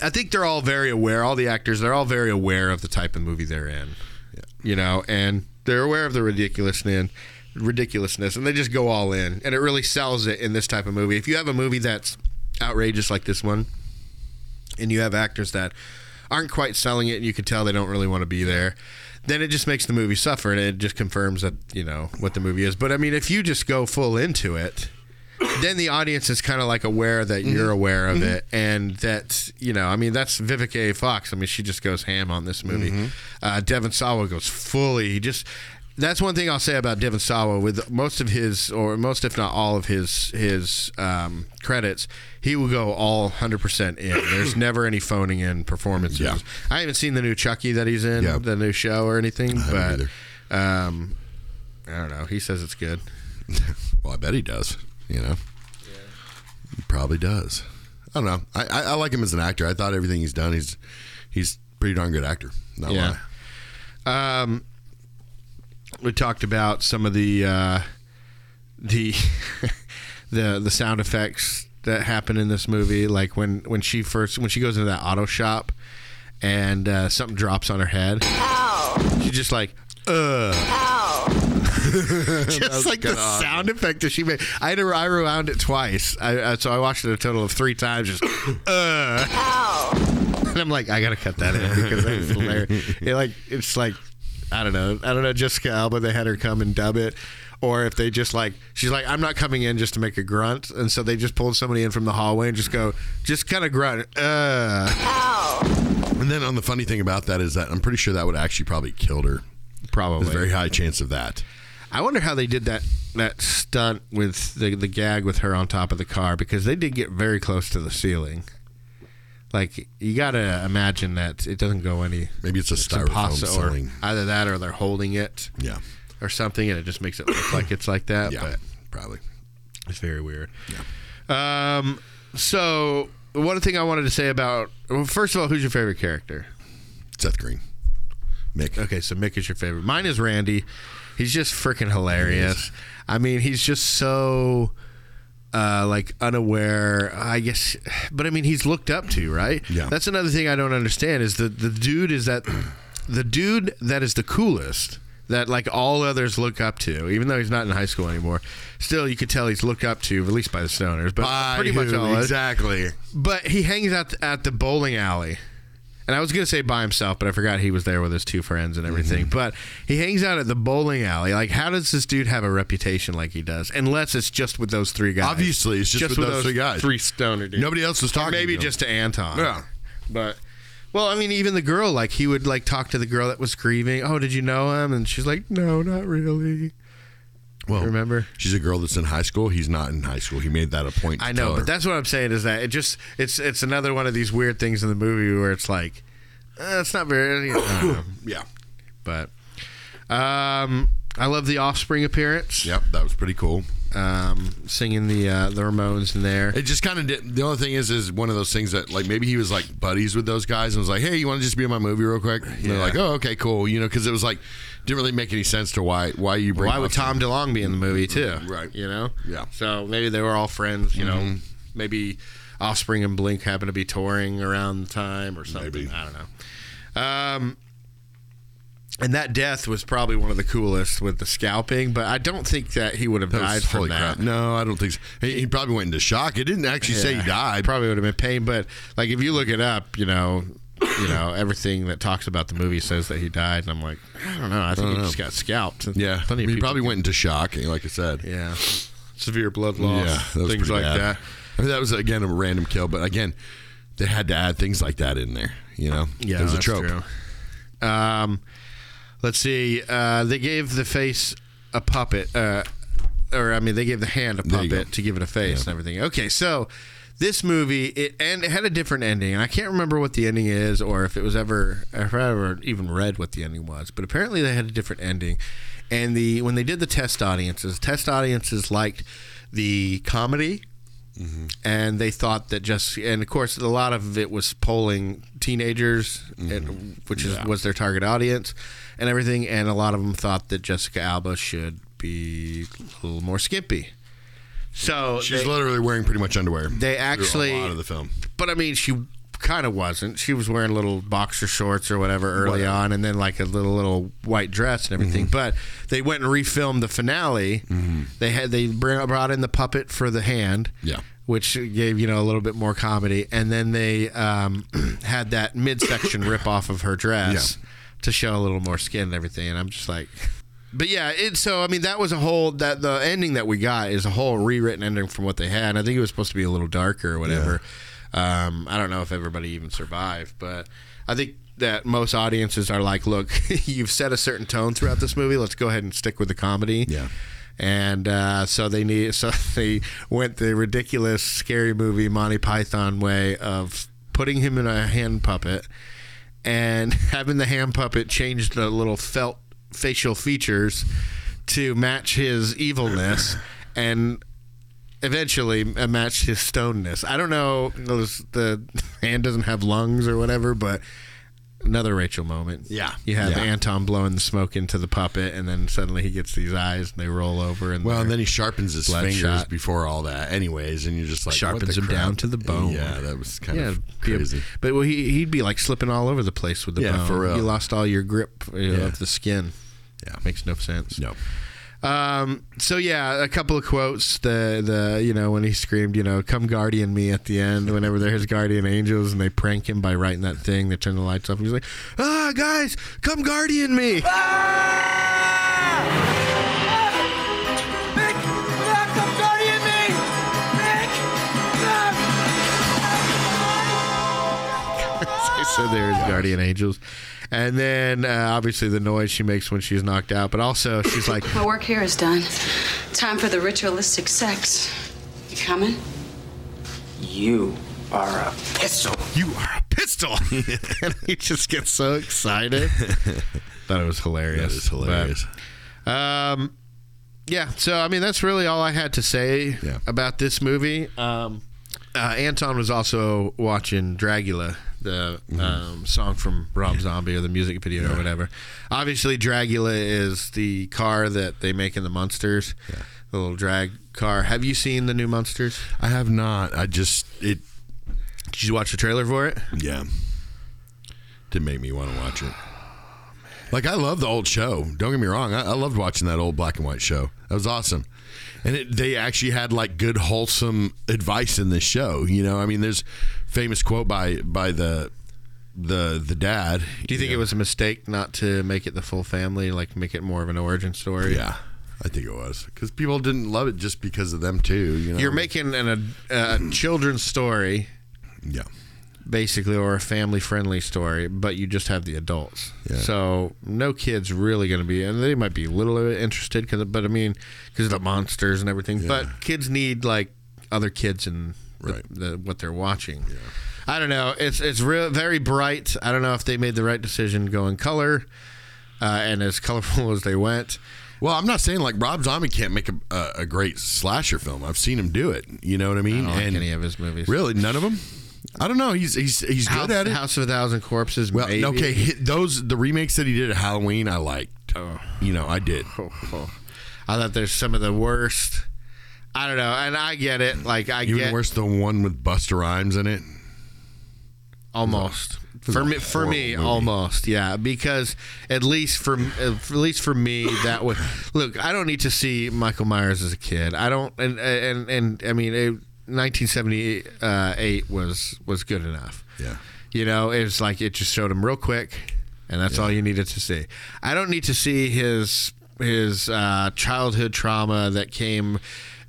Speaker 2: I think they're all very aware. All the actors, they're all very aware of the type of movie they're in, you know, and they're aware of the ridiculousness, ridiculousness, and they just go all in, and it really sells it in this type of movie. If you have a movie that's outrageous like this one, and you have actors that aren't quite selling it, and you can tell they don't really want to be there, then it just makes the movie suffer, and it just confirms that you know what the movie is. But I mean, if you just go full into it, then the audience is kind of like aware that
Speaker 3: Mm-hmm.
Speaker 2: you're aware of it, and that you know, I mean, that's Vivica A. Fox. I mean, she just goes ham on this movie.
Speaker 3: Mm-hmm.
Speaker 2: Uh, Devin Sawa goes fully. He just that's one thing I'll say about Devin Sawa. With most of his, or most if not all of his his um, credits, he will go all hundred percent in. There's never any phoning in performances.
Speaker 3: Yeah.
Speaker 2: I haven't seen the new Chucky that he's in,
Speaker 3: Yeah.
Speaker 2: the new show or anything, but
Speaker 3: haven't
Speaker 2: um, I don't know. He says it's good.
Speaker 3: Well, I bet he does. You know, he probably does. I don't know. I, I, I like him as an actor. I thought everything he's done, he's he's pretty darn good actor. Not yeah.
Speaker 2: Yeah.
Speaker 3: Lie.
Speaker 2: Um, we talked about some of the uh, the the the sound effects that happen in this movie, like when when she first when she goes into that auto shop and uh, something drops on her head. She's just like. Uh. just like the sound effect that she made. I had to, I rewound it twice, I, uh, so I watched it a total of three times. Just uh. And I'm like, I gotta cut that in because that's hilarious. It like it's like I don't know. I don't know Jessica Alba, they had her come and dub it. Or if they just like she's like, I'm not coming in just to make a grunt and so they just pulled somebody in from the hallway and just go, just kinda grunt. Uh
Speaker 3: And then on the funny thing about that is that I'm pretty sure that would actually probably killed her. There's
Speaker 2: probably
Speaker 3: a very high chance of that.
Speaker 2: I wonder how they did that that stunt with the the gag with her on top of the car because they did get very close to the ceiling. Like you gotta imagine that it doesn't go any
Speaker 3: Maybe it's a styrofoam
Speaker 2: impossible. or
Speaker 3: ceiling.
Speaker 2: Either that or they're holding it.
Speaker 3: Yeah.
Speaker 2: or something, and it just makes it look like it's like that.
Speaker 3: Yeah.
Speaker 2: But
Speaker 3: probably.
Speaker 2: It's very weird. Um, so one thing I wanted to say about well, first of all, who's your favorite character?
Speaker 3: Seth Green, Mick.
Speaker 2: Okay, so Mick is your favorite. Mine is Randy. He's just freaking hilarious. I mean, he's just so uh, like unaware, I guess. But I mean, he's looked up to, right?
Speaker 3: Yeah.
Speaker 2: That's another thing I don't understand is the the dude is that the dude that is the coolest that like all others look up to, even though he's not in high school anymore. Still, you could tell he's looked up to, at least by the stoners, but
Speaker 3: By
Speaker 2: pretty much
Speaker 3: who?
Speaker 2: all others.
Speaker 3: exactly.
Speaker 2: But he hangs out at the bowling alley. And I was going to say by himself, but I forgot he was there with his two friends and everything.
Speaker 3: Mm-hmm.
Speaker 2: But he hangs out at the bowling alley. Like, how does this dude have a reputation like he does? Unless it's just with those three guys.
Speaker 3: Obviously, it's just with those three guys.
Speaker 2: Three stoner dudes.
Speaker 3: Nobody else was talking.
Speaker 2: Maybe
Speaker 3: to him.
Speaker 2: just to Anton.
Speaker 3: Yeah.
Speaker 2: But, well, I mean, even the girl, like, he would, like, talk to the girl that was grieving. Oh, did you know him? And she's like, no, not really.
Speaker 3: Well,
Speaker 2: Remember?
Speaker 3: she's a girl that's in high school. He's not in high school. He made that a point. to
Speaker 2: I
Speaker 3: tell
Speaker 2: know,
Speaker 3: her.
Speaker 2: but that's what I'm saying is that it just it's it's another one of these weird things in the movie where it's like uh, it's not very, you know, I don't know.
Speaker 3: yeah,
Speaker 2: but um, I love the Offspring appearance,
Speaker 3: yep, that was pretty cool.
Speaker 2: um, singing the uh, the Ramones in there.
Speaker 3: It just kind of did. The only thing is, is one of those things that like maybe he was like buddies with those guys and was like, hey, you want to just be in my movie real quick? And They're
Speaker 2: Yeah.
Speaker 3: like, oh, okay, cool. You know, because it was like didn't really make any sense to why why you bring
Speaker 2: Why would Tom
Speaker 3: Offspring.
Speaker 2: Mm-hmm. DeLonge be in the movie too?
Speaker 3: Right.
Speaker 2: you know,
Speaker 3: Yeah.
Speaker 2: So maybe they were all friends. You know, maybe Offspring and Blink happened to be touring around the time or something.
Speaker 3: Maybe.
Speaker 2: I don't know. Um, and that death was probably one of the coolest with the scalping, but I don't think that he would have
Speaker 3: That was-
Speaker 2: died from
Speaker 3: holy
Speaker 2: that.
Speaker 3: crap. No, I don't think so. He, he probably went into shock. It didn't actually say he
Speaker 2: Yeah.
Speaker 3: died.
Speaker 2: Probably would have been pain, but like if you look it up, you know, you know everything that talks about the movie says that he died, and I'm like, I don't know. I think he just got scalped.
Speaker 3: yeah,
Speaker 2: plenty of
Speaker 3: he
Speaker 2: people-
Speaker 3: probably went into shock. Like I said,
Speaker 2: yeah, severe blood
Speaker 3: Yeah,
Speaker 2: loss,
Speaker 3: that was
Speaker 2: things
Speaker 3: pretty
Speaker 2: like
Speaker 3: bad.
Speaker 2: that.
Speaker 3: I mean, that was again a random kill, but again, they had to add things like that in there. You know,
Speaker 2: Yeah,
Speaker 3: it was a
Speaker 2: that's
Speaker 3: trope.
Speaker 2: true. Um, let's see. Uh, they gave the face a puppet, uh, or I mean, they gave the hand a
Speaker 3: There you
Speaker 2: puppet
Speaker 3: go.
Speaker 2: to give it a face and everything. Okay, so this movie it and it had a different ending, and I can't remember what the ending is, or if it was ever, if I ever even read what the ending was. But apparently, they had a different ending, and the when they did the test audiences, test audiences liked the comedy and they thought that just and of course a lot of it was polling teenagers
Speaker 3: Mm-hmm.
Speaker 2: and, which is, was their target audience and everything and a lot of them thought that jessica alba should be a little more skimpy so
Speaker 3: She's
Speaker 2: they-
Speaker 3: literally wearing pretty much underwear.
Speaker 2: They
Speaker 3: through
Speaker 2: actually-
Speaker 3: a lot of the film.
Speaker 2: but i mean she kind of wasn't she was wearing little boxer shorts or whatever early
Speaker 3: Whatever. Mm-hmm.
Speaker 2: on and then like a little little white dress and everything but they went and refilmed the finale they had they br- brought in the puppet for the hand
Speaker 3: Yeah.
Speaker 2: which gave you know a little bit more comedy, and then they um, had that midsection rip off of her dress to show a little more skin and everything. And I'm just like, but yeah, it. So I mean, that was a whole that the ending that we got is a whole rewritten ending from what they had. And I think it was supposed to be a little darker or whatever. Um, I don't know if everybody even survived, but I think that most audiences are like, look, you've set a certain tone throughout this movie. Let's go ahead and stick with the comedy
Speaker 3: Yeah.
Speaker 2: and uh, so they need so they went the ridiculous scary movie Monty Python way of putting him in a hand puppet and having the hand puppet change the little felt facial features to match his evilness and eventually uh, match his stoneness. I don't know those, the hand doesn't have lungs or whatever, but another Rachel moment.
Speaker 3: Yeah.
Speaker 2: You have
Speaker 3: Yeah.
Speaker 2: Anton blowing the smoke into the puppet and then suddenly he gets these eyes and they roll over and
Speaker 3: Well, and
Speaker 2: they're-
Speaker 3: then he sharpens his
Speaker 2: Bloodshot.
Speaker 3: fingers before all that, anyways, and you're just like what
Speaker 2: Sharpens
Speaker 3: the
Speaker 2: him
Speaker 3: crap?
Speaker 2: down to the bone.
Speaker 3: Yeah, that was kind
Speaker 2: yeah,
Speaker 3: of
Speaker 2: be a-
Speaker 3: crazy.
Speaker 2: but well, he he'd be like slipping all over the place with the
Speaker 3: Yeah,
Speaker 2: bone.
Speaker 3: for real.
Speaker 2: You lost all your grip uh,
Speaker 3: Yeah.
Speaker 2: of the skin.
Speaker 3: Yeah.
Speaker 2: makes no sense.
Speaker 3: no,
Speaker 2: Um, so yeah, a couple of quotes. The the you know when he screamed, you know, "Come guardian me" at the end. Whenever they're his guardian angels, and they prank him by writing that thing, they turn the lights off. And he's like, "Ah, guys, come guardian me."
Speaker 6: Nick! Nick, I'm guarding me! Nick! Nick!
Speaker 2: so there's guardian angels, and then uh, obviously the noise she makes when she's knocked out, but also she's like,
Speaker 7: My work here is done. Time for the ritualistic sex. You coming?
Speaker 5: You are a pistol.
Speaker 2: "You are a pistol," and he just gets so excited. Thought it was hilarious.
Speaker 3: that is hilarious.
Speaker 2: But, um, yeah, so I mean that's really all I had to say
Speaker 3: Yeah.
Speaker 2: about this movie. Um, uh, Anton was also watching Dragula, the um, song from Rob Zombie or the music video or whatever. Obviously, Dragula is the car that they make in the Munsters, the little drag car. Have you seen the new Munsters?
Speaker 3: I have not. I just it.
Speaker 2: Did you watch the trailer for it?
Speaker 3: Yeah, didn't make me want to watch it. Like I love the old show. Don't get me wrong. I, I loved watching that old black and white show. That was awesome. And it, they actually had like good wholesome advice in this show. You know, I mean, there's famous quote by by the the the dad.
Speaker 2: Do you think it was a mistake not to make it the full family, like make it more of an origin story?
Speaker 3: Yeah, I think it was because people didn't love it just because of them too. You know,
Speaker 2: You're making an a, a children's story
Speaker 3: yeah.
Speaker 2: basically, or a family friendly story, but you just have the adults.
Speaker 3: Yeah.
Speaker 2: So no kids really going to be, and they might be a little interested, cause, but I mean, because of the monsters and everything. But kids need like other kids and the,
Speaker 3: Right.
Speaker 2: the, what they're watching. I don't know. It's it's real very bright. I don't know if they made the right decision going color, uh, and as colorful as they went.
Speaker 3: Well, I'm not saying like Rob Zombie can't make a, a, a great slasher film. I've seen him do it. You know what I mean?
Speaker 2: I don't like any of his movies.
Speaker 3: Really, none of them. I don't know. He's he's he's
Speaker 2: House,
Speaker 3: good at it.
Speaker 2: House of a Thousand Corpses.
Speaker 3: well,
Speaker 2: maybe.
Speaker 3: okay, hit those the remakes that he did at Halloween, I liked.
Speaker 2: Oh.
Speaker 3: You know, I did.
Speaker 2: I thought there's some of the worst. I don't know, and I get it. Like I
Speaker 3: Even
Speaker 2: get
Speaker 3: worse, the one with Buster Rhymes in it.
Speaker 2: almost
Speaker 3: was
Speaker 2: for
Speaker 3: a
Speaker 2: me. For me,
Speaker 3: horrible movie.
Speaker 2: almost yeah. Because at least for at least for me, that was look. I don't need to see Michael Myers as a kid. I don't, and and and I mean, it, 1978 was was good enough.
Speaker 3: Yeah.
Speaker 2: You know, it was like it just showed him real quick, and that's all you needed to see. I don't need to see his his uh, childhood trauma that came.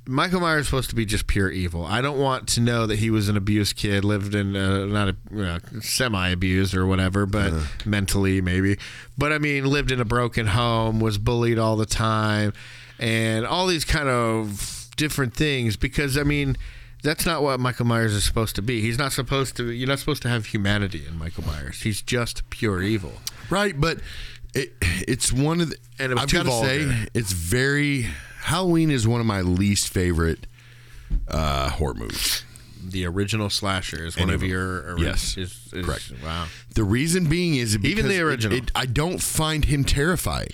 Speaker 2: Michael Myers is supposed to be just pure evil. I don't want to know that he was an abused kid, lived in uh not a you know, semi-abused or whatever, but mentally maybe. But I mean, lived in a broken home, was bullied all the time, and all these kind of different things. Because I mean, that's not what Michael Myers is supposed to be. He's not supposed to. You're not supposed to have humanity in Michael Myers. He's just pure evil.
Speaker 3: Right, but it, it's one of the,
Speaker 2: And it was
Speaker 3: I've
Speaker 2: too
Speaker 3: got to say
Speaker 2: vulgar.
Speaker 3: it's very Halloween is one of my least favorite uh, horror movies.
Speaker 2: The original slasher is one
Speaker 3: Any
Speaker 2: of
Speaker 3: of them.
Speaker 2: your ori-
Speaker 3: Yes.
Speaker 2: is- is-
Speaker 3: Correct.
Speaker 2: Wow.
Speaker 3: The reason being is because
Speaker 2: Even the
Speaker 3: it-
Speaker 2: original.
Speaker 3: It, I don't find him terrifying.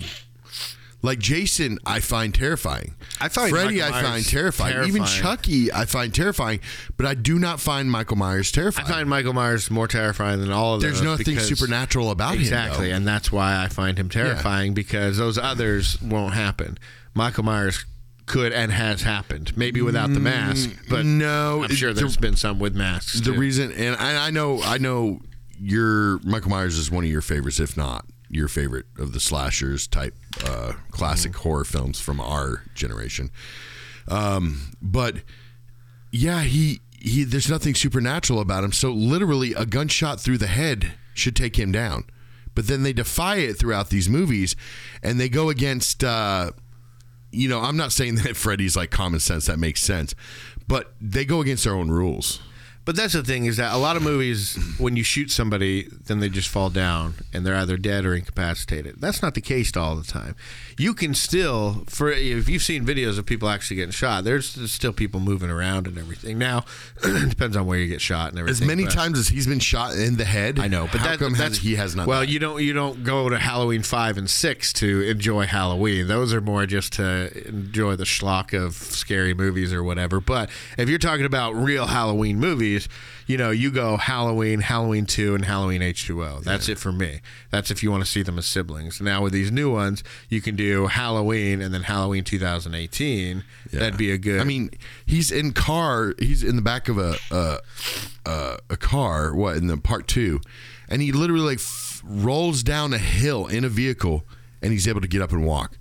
Speaker 3: Like Jason, I find terrifying.
Speaker 2: I find
Speaker 3: Freddy,
Speaker 2: Michael
Speaker 3: I
Speaker 2: Myers
Speaker 3: find terrifying. Even
Speaker 2: terrifying.
Speaker 3: Chucky, I find terrifying. But I do not find Michael Myers
Speaker 2: I
Speaker 3: terrifying.
Speaker 2: find Michael Myers more terrifying than all of
Speaker 3: There's
Speaker 2: those
Speaker 3: nothing
Speaker 2: because-
Speaker 3: supernatural about
Speaker 2: Exactly,
Speaker 3: him.
Speaker 2: and that's why I find him terrifying because those others won't happen. Michael Myers could and has happened, maybe without the mask, but
Speaker 3: Mm, no,
Speaker 2: I'm
Speaker 3: it-
Speaker 2: sure
Speaker 3: the-
Speaker 2: there's been some with masks.
Speaker 3: Though.
Speaker 2: too.
Speaker 3: The reason, and I, I know, I know, your Michael Myers is one of your favorites, if not your favorite of the slashers type uh, classic horror films from our generation. Um, but yeah, he he. There's nothing supernatural about him. So literally, a gunshot through the head should take him down. But then they defy it throughout these movies, and they go against. Uh, you know, I'm not saying that Freddy's like common sense. That makes sense, but they go against their own rules.
Speaker 2: But that's the thing is that a lot of movies, when you shoot somebody, then they just fall down and they're either dead or incapacitated. That's not the case all the time. You can still, for if you've seen videos of people actually getting shot, there's still people moving around and everything. Now, it depends on where you get shot and
Speaker 3: As
Speaker 2: everything.
Speaker 3: many
Speaker 2: but-
Speaker 3: times as he's been shot in the head,
Speaker 2: I know, but
Speaker 3: how
Speaker 2: that,
Speaker 3: come has-
Speaker 2: that's
Speaker 3: he has not?
Speaker 2: Well,
Speaker 3: died?
Speaker 2: you don't you don't go to Halloween five and six to enjoy Halloween. Those are more just to enjoy the schlock of scary movies or whatever. But if you're talking about real Halloween movies, you know you go Halloween, Halloween two, and Halloween H two O. That's it for me. That's if you want to see them as siblings. Now with these new ones, you can do Halloween and then Halloween 2018. That'd be a good.
Speaker 3: I mean, he's in car. He's in the back of a a, a, a car. What in the part two, and he literally like f- rolls down a hill in a vehicle, and he's able to get up and walk.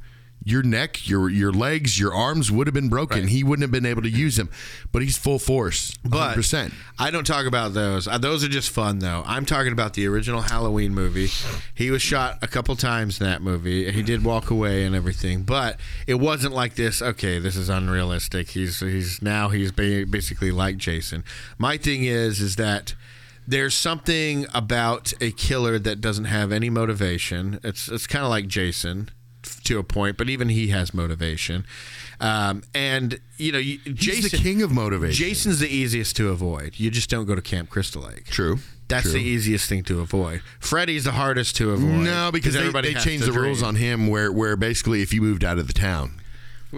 Speaker 3: Your neck, your your legs, your arms would have been broken. He wouldn't have been able to use them, but he's full force,
Speaker 2: But
Speaker 3: hundred percent.
Speaker 2: I don't talk about those. Uh, Those are just fun, though. I'm talking about the original Halloween movie. He was shot a couple times in that movie. He did walk away and everything, but it wasn't like this. Okay, this is unrealistic. He's he's now he's ba- basically like Jason. My thing is is that there's something about a killer that doesn't have any motivation. It's it's kind of like Jason to a point, but even he has motivation. Um, and you know, you,
Speaker 3: He's
Speaker 2: Jason,
Speaker 3: the king of motivation.
Speaker 2: Jason's the easiest to avoid. You just don't go to Camp Crystal Lake.
Speaker 3: True.
Speaker 2: That's the easiest thing to avoid. Freddy's the hardest to avoid.
Speaker 3: No, because they, they
Speaker 2: has
Speaker 3: changed
Speaker 2: to
Speaker 3: the rules
Speaker 2: dream.
Speaker 3: on him where, where basically if you moved out of the town,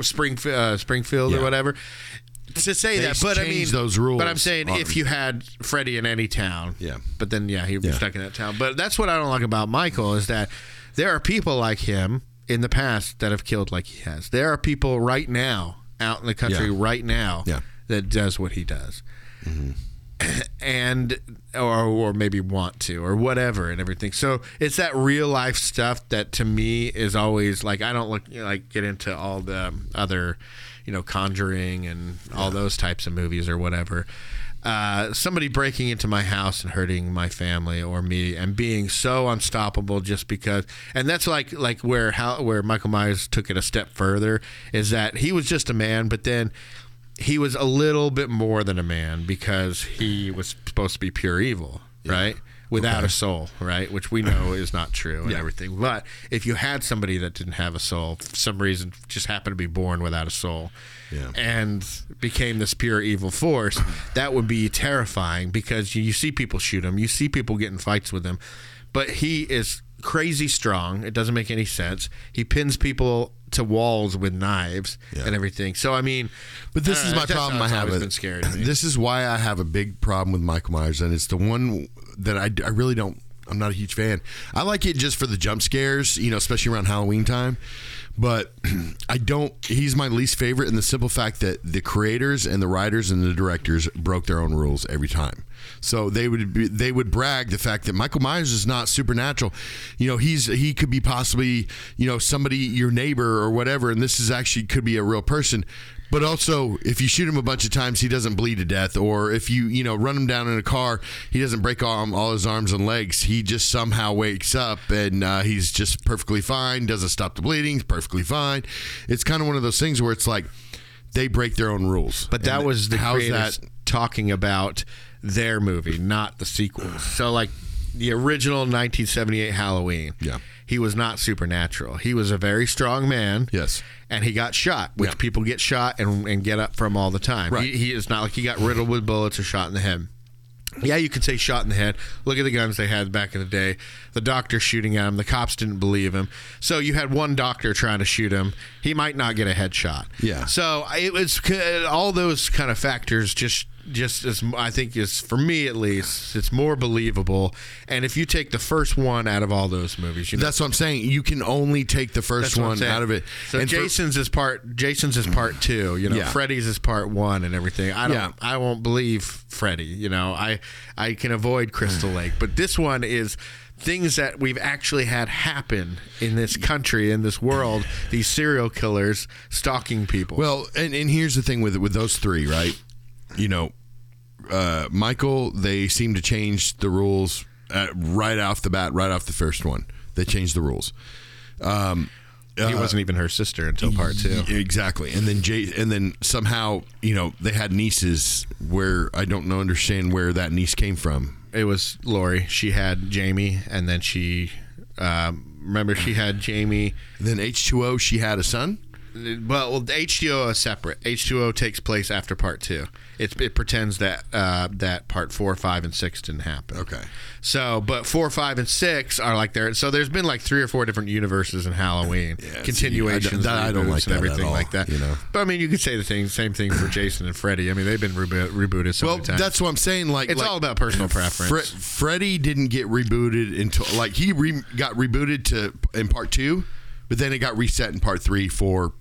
Speaker 2: Springfield, uh, Springfield
Speaker 3: Yeah.
Speaker 2: or whatever. To say
Speaker 3: They
Speaker 2: that, but I mean
Speaker 3: changed those rules
Speaker 2: But I'm saying
Speaker 3: on
Speaker 2: if
Speaker 3: him.
Speaker 2: you had Freddie in any town,
Speaker 3: Yeah.
Speaker 2: But then yeah, he was stuck in that town. But that's what I don't like about Michael is that there are people like him in the past that have killed like he has. There are people right now out in the country
Speaker 3: Yeah.
Speaker 2: right now
Speaker 3: Yeah.
Speaker 2: that does what he does. And or or maybe want to or whatever and everything. So it's that real life stuff that to me is always like I don't look you know, like get into all the other, you know, Conjuring and all those types of movies or whatever. Uh, somebody breaking into my house and hurting my family or me and being so unstoppable just because and that's like like where how where Michael Myers took it a step further is that he was just a man but then he was a little bit more than a man because he was supposed to be pure evil, right? Without a soul, right? Which we know is not true and everything. But if you had somebody that didn't have a soul, for some reason just happened to be born without a soul,
Speaker 3: Yeah.
Speaker 2: and became this pure evil force, that would be terrifying because you, you see people shoot him, you see people get in fights with him, but he is crazy strong. It doesn't make any sense. He pins people to walls with knives
Speaker 3: Yeah.
Speaker 2: and everything. So I mean,
Speaker 3: But this
Speaker 2: I don't
Speaker 3: is
Speaker 2: know,
Speaker 3: my
Speaker 2: that's
Speaker 3: problem
Speaker 2: how
Speaker 3: I
Speaker 2: it's
Speaker 3: have
Speaker 2: Uh, always
Speaker 3: with
Speaker 2: been scary to me.
Speaker 3: This is why I have a big problem with Michael Myers, and it's the one that I, I really don't. I'm not a huge fan. I like it just for the jump scares, you know, especially around Halloween time. But I don't. He's my least favorite, in the simple fact that the creators and the writers and the directors broke their own rules every time. So they would be, they would brag the fact that Michael Myers is not supernatural. You know, he's he could be possibly you know somebody your neighbor or whatever, and this is actually could be a real person. But also, if you shoot him a bunch of times, he doesn't bleed to death. Or if you, you know, run him down in a car, he doesn't break all, all his arms and legs. He just somehow wakes up and uh, he's just perfectly fine. Doesn't stop the bleeding. He's perfectly fine. It's kind of one of those things where it's like they break their own rules.
Speaker 2: But that
Speaker 3: And
Speaker 2: was the
Speaker 3: how's
Speaker 2: creators
Speaker 3: that?
Speaker 2: talking about their movie, not the sequel. So like the original 1978 Halloween.
Speaker 3: Yeah.
Speaker 2: He was not supernatural. He was a very strong man.
Speaker 3: Yes.
Speaker 2: And he got shot, which
Speaker 3: Yeah.
Speaker 2: people get shot and, and get up from all the time.
Speaker 3: Right.
Speaker 2: He, he is not like he got riddled with bullets or shot in the head. Yeah, you could say shot in the head. Look at the guns they had back in the day. The doctor shooting at him. The cops didn't believe him. So you had one doctor trying to shoot him. He might not get a headshot.
Speaker 3: Yeah.
Speaker 2: So it was c- all those kind of factors. Just, just as I think is for me at least, it's more believable. And if you take the first one out of all those movies, you know,
Speaker 3: That's what I'm saying. You can only take the first
Speaker 2: that's what I'm
Speaker 3: one
Speaker 2: saying.
Speaker 3: out of it.
Speaker 2: So
Speaker 3: And for-
Speaker 2: Jason's is part. Jason's is part two. You know,
Speaker 3: Yeah.
Speaker 2: Freddy's is part one, and everything. I don't.
Speaker 3: Yeah.
Speaker 2: I won't believe Freddy. You know, I I can avoid Crystal Lake, but this one is things that we've actually had happen in this country, in this world. These serial killers stalking people.
Speaker 3: Well, and, and here's the thing with with those three, right? You know, uh, Michael, they seem to change the rules uh right off the bat, right off the first one. They changed the rules. Um, uh,
Speaker 2: he wasn't even her sister until part two.
Speaker 3: Y- Exactly. And then Jay, and then somehow, you know, they had nieces where I don't know understand where that niece came from.
Speaker 2: It was Lori. She had Jamie, and then she. Um, remember, she had Jamie.
Speaker 3: Then H2O, she had a son.
Speaker 2: Well, well, the H2O is separate. H2O takes place after part two. It, it pretends that uh, that part four, five, and six didn't happen.
Speaker 3: Okay.
Speaker 2: So, but four, five, and six are like there. So there's been like three or four different universes in Halloween
Speaker 3: see, I don't-
Speaker 2: continuations.
Speaker 3: that- I don't
Speaker 2: reboots,
Speaker 3: like
Speaker 2: and
Speaker 3: that at
Speaker 2: everything
Speaker 3: all,
Speaker 2: like that.
Speaker 3: you know?
Speaker 2: But I mean, you could say the thing, same thing for Jason and Freddy. I mean, they've been rebo- rebooted so
Speaker 3: Well,
Speaker 2: many times.
Speaker 3: that's what I'm saying. Like,
Speaker 2: It's
Speaker 3: like-
Speaker 2: all about personal preference.
Speaker 3: Fre- Freddy didn't get rebooted until like he re- got rebooted to in part two, but then it got reset in part three, four,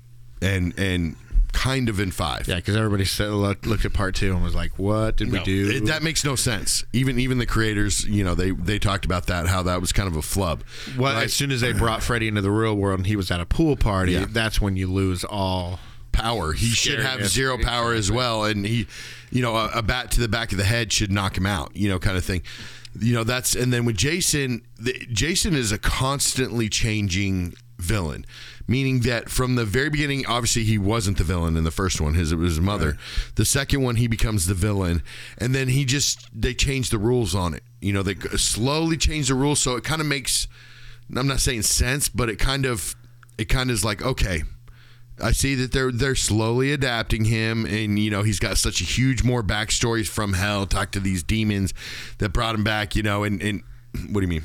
Speaker 3: and and kind of in five.
Speaker 2: yeah, because everybody said, looked, looked at part two and was like, "What did we do?"
Speaker 3: It- that makes no sense. Even even the creators, you know, they they talked about that how that was kind of a flub.
Speaker 2: Well,
Speaker 3: Right?
Speaker 2: as soon as they brought Freddy into the real world and he was at a pool party,
Speaker 3: Yeah.
Speaker 2: that's when you lose all
Speaker 3: power. He should have
Speaker 2: Scariness.
Speaker 3: zero power as well, and he, you know, a, a bat to the back of the head should knock him out. You know, kind of thing. You know, that's and then with Jason, the, Jason is a constantly changing villain, meaning that from the very beginning, obviously he wasn't the villain in the first one. His it was his mother. The second one, he becomes the villain, and then he just they change the rules on it. You know, they g- slowly change the rules, so it kind of makes. I'm not saying sense, but it kind of it kind of is like okay I see that they're they're slowly adapting him, and you know he's got such a huge more backstories from hell. Talk to these demons that brought him back, you know, and and what do you mean?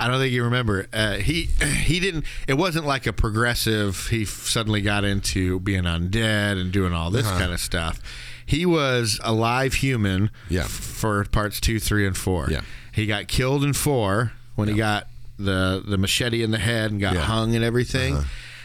Speaker 2: I don't think you remember. Uh, he he didn't. It wasn't like a progressive. He f- suddenly got into being undead and doing all
Speaker 3: Uh-huh.
Speaker 2: this kind of stuff. He was a live human.
Speaker 3: Yeah.
Speaker 2: f- For parts two, three, and four.
Speaker 3: Yeah.
Speaker 2: He got killed in four when he got the the machete in the head and got
Speaker 3: Yeah. Uh-huh.
Speaker 2: hung and everything.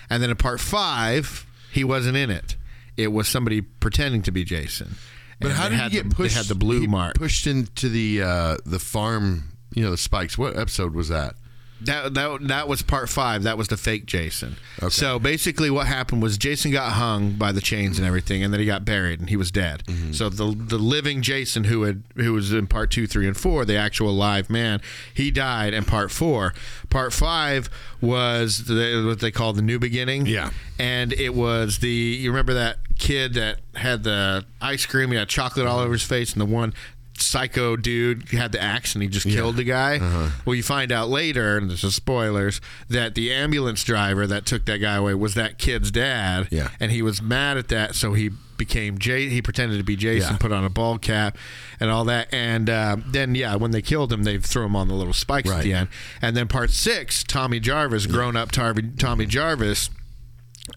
Speaker 2: And then in part five, he wasn't in it. It was somebody pretending to be Jason.
Speaker 3: But
Speaker 2: And
Speaker 3: how
Speaker 2: they
Speaker 3: did
Speaker 2: had
Speaker 3: he get
Speaker 2: the,
Speaker 3: pushed?
Speaker 2: They had the blue
Speaker 3: he
Speaker 2: mark.
Speaker 3: pushed into the uh, the farm. You know the spikes. What episode was that?
Speaker 2: That, that that was part five. That was the fake Jason.
Speaker 3: Okay.
Speaker 2: So basically, what happened was Jason got hung by the chains and everything, and then he got buried and he was dead.
Speaker 3: Mm-hmm.
Speaker 2: So the the living Jason who had who was in part two, three, and four, the actual live man, he died in part four. Part five was the, what they call the new beginning.
Speaker 3: Yeah.
Speaker 2: and it was the you remember that kid that had the ice cream, he had chocolate all over his face, and the one. Psycho dude had the axe and he just killed the guy.
Speaker 3: Uh-huh.
Speaker 2: Well, you find out later, and this is spoilers, that the ambulance driver that took that guy away was that kid's dad.
Speaker 3: Yeah.
Speaker 2: And he was mad at that, so he became Jay. He pretended to be Jason,
Speaker 3: Yeah.
Speaker 2: put on a ball cap, and all that. And uh, then, yeah, when they killed him, they threw him on the little spikes at
Speaker 3: Right.
Speaker 2: the end. And then part six, Tommy Jarvis, grown up Tarvi, Tommy Jarvis,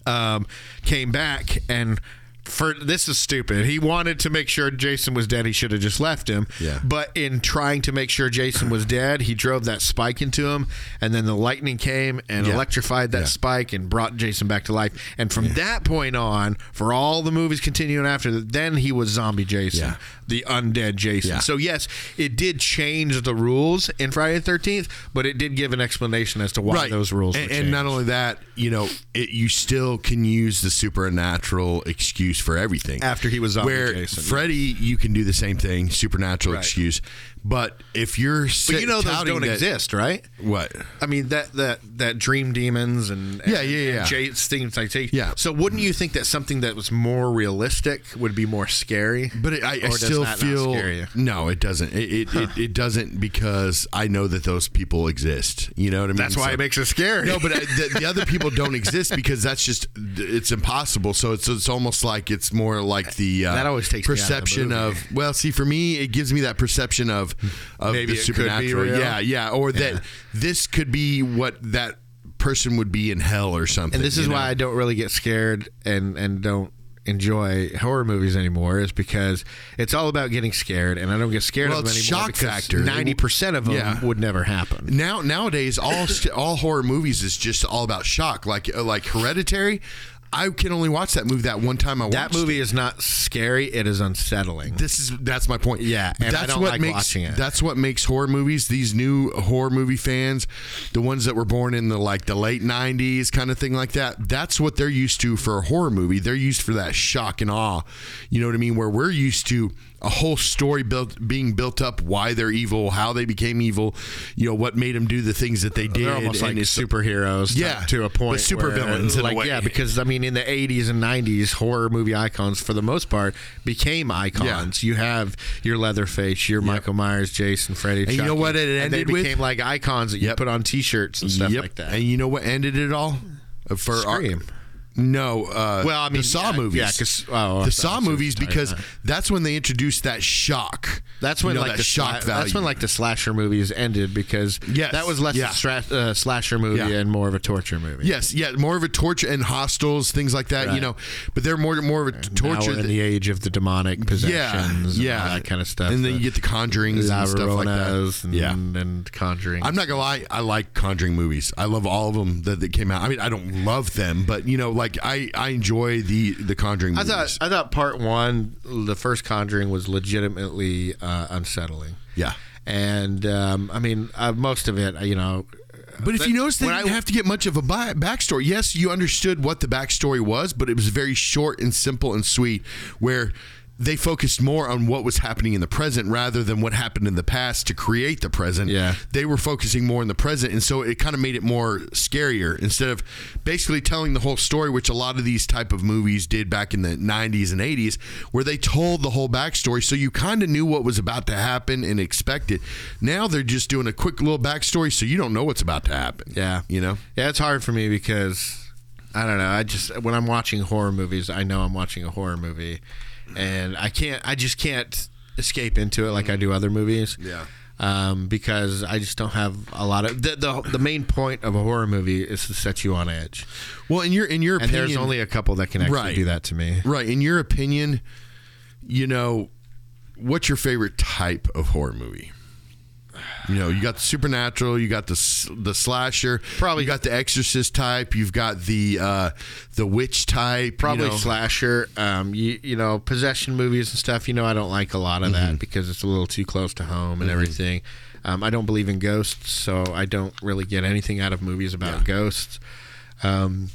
Speaker 2: um, came back and. For this is stupid. He wanted to make sure Jason was dead. He should have just left him.
Speaker 3: Yeah.
Speaker 2: But in trying to make sure Jason was dead, he drove that spike into him, and then the lightning came and
Speaker 3: Yeah.
Speaker 2: electrified that
Speaker 3: Yeah.
Speaker 2: spike and brought Jason back to life. And from that point on, for all the movies continuing after that, then he was zombie Jason,
Speaker 3: Yeah.
Speaker 2: the undead Jason.
Speaker 3: Yeah.
Speaker 2: So yes, it did change the rules in Friday the Thirteenth, but it did give an explanation as to why those rules
Speaker 3: And,
Speaker 2: were
Speaker 3: and not
Speaker 2: changed.
Speaker 3: only that, you know, it, you still can use the supernatural excuse for everything.
Speaker 2: After he was zombie
Speaker 3: where
Speaker 2: Jason, yeah.
Speaker 3: Freddy, you can do the same thing, supernatural excuse. But if you're,
Speaker 2: but you know those don't exist, right?
Speaker 3: What?
Speaker 2: I mean that that that dream demons and
Speaker 3: Yeah, yeah, yeah.
Speaker 2: and Jade's things like that.
Speaker 3: Yeah.
Speaker 2: So wouldn't you think that something that was more realistic would be more scary?
Speaker 3: But it, I, I
Speaker 2: Or does
Speaker 3: still
Speaker 2: that not
Speaker 3: feel
Speaker 2: scare you?
Speaker 3: no, it doesn't. It it, it it doesn't because I know that those people exist. You know what I mean?
Speaker 2: that's why
Speaker 3: So-
Speaker 2: it makes it scary.
Speaker 3: No, but uh, the, the other people don't exist because that's just it's impossible. So it's it's almost like it's more like the uh,
Speaker 2: That always takes me out of the
Speaker 3: perception
Speaker 2: movie.
Speaker 3: of well. See, for me, it gives me that perception of of
Speaker 2: Maybe
Speaker 3: the
Speaker 2: it could be
Speaker 3: supernatural.
Speaker 2: real.
Speaker 3: Yeah, yeah, or that this could be what that person would be in hell or something.
Speaker 2: and this is
Speaker 3: you know?
Speaker 2: why I don't really get scared and and don't enjoy horror movies anymore is because it's all about getting scared and I don't get scared
Speaker 3: Well,
Speaker 2: of them
Speaker 3: it's
Speaker 2: anymore
Speaker 3: shock factor.
Speaker 2: Ninety percent of them
Speaker 3: Yeah.
Speaker 2: would never happen.
Speaker 3: now nowadays all st- all horror movies is just all about shock. Like uh, like Hereditary, I can only watch that movie that one time. I
Speaker 2: That
Speaker 3: watched it.
Speaker 2: movie is not scary; it is unsettling.
Speaker 3: this is that's my point.
Speaker 2: Yeah, and I
Speaker 3: that's
Speaker 2: don't
Speaker 3: what
Speaker 2: like
Speaker 3: makes
Speaker 2: watching it.
Speaker 3: that's what makes horror movies. These new horror movie fans, the ones that were born in the like the late '90s, kind of thing like that. That's what they're used to for a horror movie. They're used for that shock and awe. You know what I mean? Where we're used to a whole story built being built up, why they're evil, how they became evil, you know what made them do the things that they did.
Speaker 2: They're almost like
Speaker 3: and it's-
Speaker 2: superheroes, to-
Speaker 3: Yeah,
Speaker 2: to a
Speaker 3: but
Speaker 2: point. uh,
Speaker 3: supervillains in a
Speaker 2: like
Speaker 3: way.
Speaker 2: yeah, because I mean, in the '80s and '90s, horror movie icons for the most part became icons. You have your Leatherface, your Michael Myers, Jason, Freddy.
Speaker 3: you
Speaker 2: Chucky,
Speaker 3: know what it
Speaker 2: and they
Speaker 3: ended with?
Speaker 2: became like icons that you
Speaker 3: Yep.
Speaker 2: put on T-shirts and stuff
Speaker 3: Yep.
Speaker 2: like that.
Speaker 3: And you know what ended it all? Uh, For our-
Speaker 2: Scream.
Speaker 3: no, uh,
Speaker 2: Well, I mean,
Speaker 3: the
Speaker 2: yeah,
Speaker 3: Saw movies.
Speaker 2: yeah, 'cause- oh, I
Speaker 3: the
Speaker 2: thought
Speaker 3: Saw
Speaker 2: that's what
Speaker 3: movies
Speaker 2: you're talking
Speaker 3: because
Speaker 2: about.
Speaker 3: that's when they introduced that shock.
Speaker 2: That's when
Speaker 3: you know,
Speaker 2: like
Speaker 3: that
Speaker 2: the
Speaker 3: shock
Speaker 2: sla-
Speaker 3: value.
Speaker 2: That's when like the slasher movies ended because
Speaker 3: Yes.
Speaker 2: that was less
Speaker 3: Yeah.
Speaker 2: a stra- uh, slasher movie
Speaker 3: Yeah.
Speaker 2: and more of a torture movie.
Speaker 3: yes, yeah, more of a torture and hostels things like that. You
Speaker 2: Right.
Speaker 3: know, but they're more more of a
Speaker 2: Now
Speaker 3: torture.
Speaker 2: we're in
Speaker 3: that-
Speaker 2: the age of the demonic possessions,
Speaker 3: yeah, yeah,
Speaker 2: and all that kind of stuff.
Speaker 3: And then
Speaker 2: The-
Speaker 3: you get the conjurings
Speaker 2: La
Speaker 3: and stuff like that.
Speaker 2: Lloronas and,
Speaker 3: yeah.
Speaker 2: and Conjuring.
Speaker 3: I'm not gonna lie. I like Conjuring movies. I love all of them that, that came out. I mean, I don't love them, but you know, like I, I enjoy the the Conjuring.
Speaker 2: I
Speaker 3: movies.
Speaker 2: thought I thought part one, the first Conjuring, was legitimately uh, unsettling.
Speaker 3: Yeah.
Speaker 2: and um, I mean uh, most of it, uh, you know.
Speaker 3: But if
Speaker 2: But
Speaker 3: you notice, they
Speaker 2: when
Speaker 3: didn't
Speaker 2: I-
Speaker 3: have to get much of a bi- backstory. Yes, you understood what the backstory was, but it was very short and simple and sweet. Where they focused more on what was happening in the present rather than what happened in the past to create the present.
Speaker 2: Yeah.
Speaker 3: They were focusing more in the present. And so it kind of made it more scarier instead of basically telling the whole story, which a lot of these type of movies did back in the 90s and 80s, where they told the whole backstory. So you kind of knew what was about to happen and expected. Now they're just doing a quick little backstory so you don't know what's about to happen.
Speaker 2: Yeah.
Speaker 3: You know?
Speaker 2: Yeah, it's hard for me because I don't know. I just when I'm watching horror movies, I know I'm watching a horror movie, and I can't. I just can't escape into it like I do other movies.
Speaker 3: Yeah.
Speaker 2: Um, because I just don't have a lot of the, the the main point of a horror movie is to set you on edge,
Speaker 3: Well, in your in your
Speaker 2: and
Speaker 3: opinion,
Speaker 2: there's only a couple that can actually
Speaker 3: Right.
Speaker 2: do that to me.
Speaker 3: Right. In your opinion, you know, what's your favorite type of horror movie? You know, you got the supernatural, you got the s- the slasher,
Speaker 2: Probably-
Speaker 3: you got the exorcist type, you've got the uh, the witch type, you
Speaker 2: Probably
Speaker 3: know.
Speaker 2: slasher, um, you you know possession movies and stuff. You know I don't like a lot of
Speaker 3: Mm-hmm.
Speaker 2: that because it's a little too close to home and everything. Um, I don't believe in ghosts, so I don't really get anything out of movies about ghosts. Um,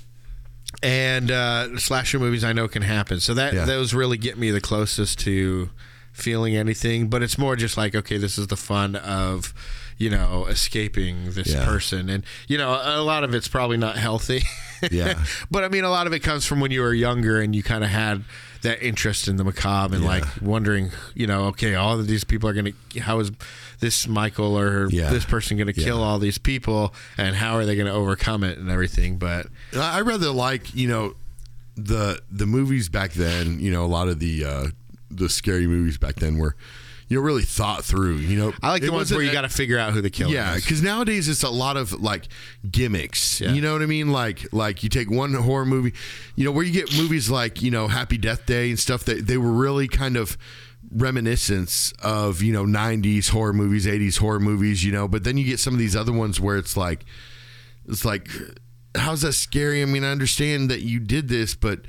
Speaker 2: and uh, slasher movies I know can happen. So that
Speaker 3: Yeah.
Speaker 2: those really get me the closest to feeling anything. But it's more just like okay, this is the fun of you know escaping this
Speaker 3: Yeah.
Speaker 2: person, and you know a lot of it's probably not healthy.
Speaker 3: Yeah.
Speaker 2: but I mean a lot of it comes from when you were younger and you kind of had that interest in the macabre and like wondering, you know, okay, all of these people are gonna how is this Michael or
Speaker 3: Yeah.
Speaker 2: this person gonna kill all these people and how are they gonna overcome it and everything? But
Speaker 3: I I rather like you know the the movies back then. You know, a lot of the uh, the scary movies back then were you know really thought through. You know,
Speaker 2: I like
Speaker 3: It
Speaker 2: the ones
Speaker 3: wasn't
Speaker 2: where you
Speaker 3: a-
Speaker 2: got to figure out who the killer
Speaker 3: Yeah,
Speaker 2: is.
Speaker 3: because nowadays it's a lot of like gimmicks.
Speaker 2: Yeah.
Speaker 3: You know what I mean? Like like you take one horror movie, you know, where you get movies like you know Happy Death Day and stuff that they were really kind of reminiscence of you know 90s horror movies 80s horror movies you know but then you get some of these other ones where it's like it's like how's that scary i mean i understand that you did this but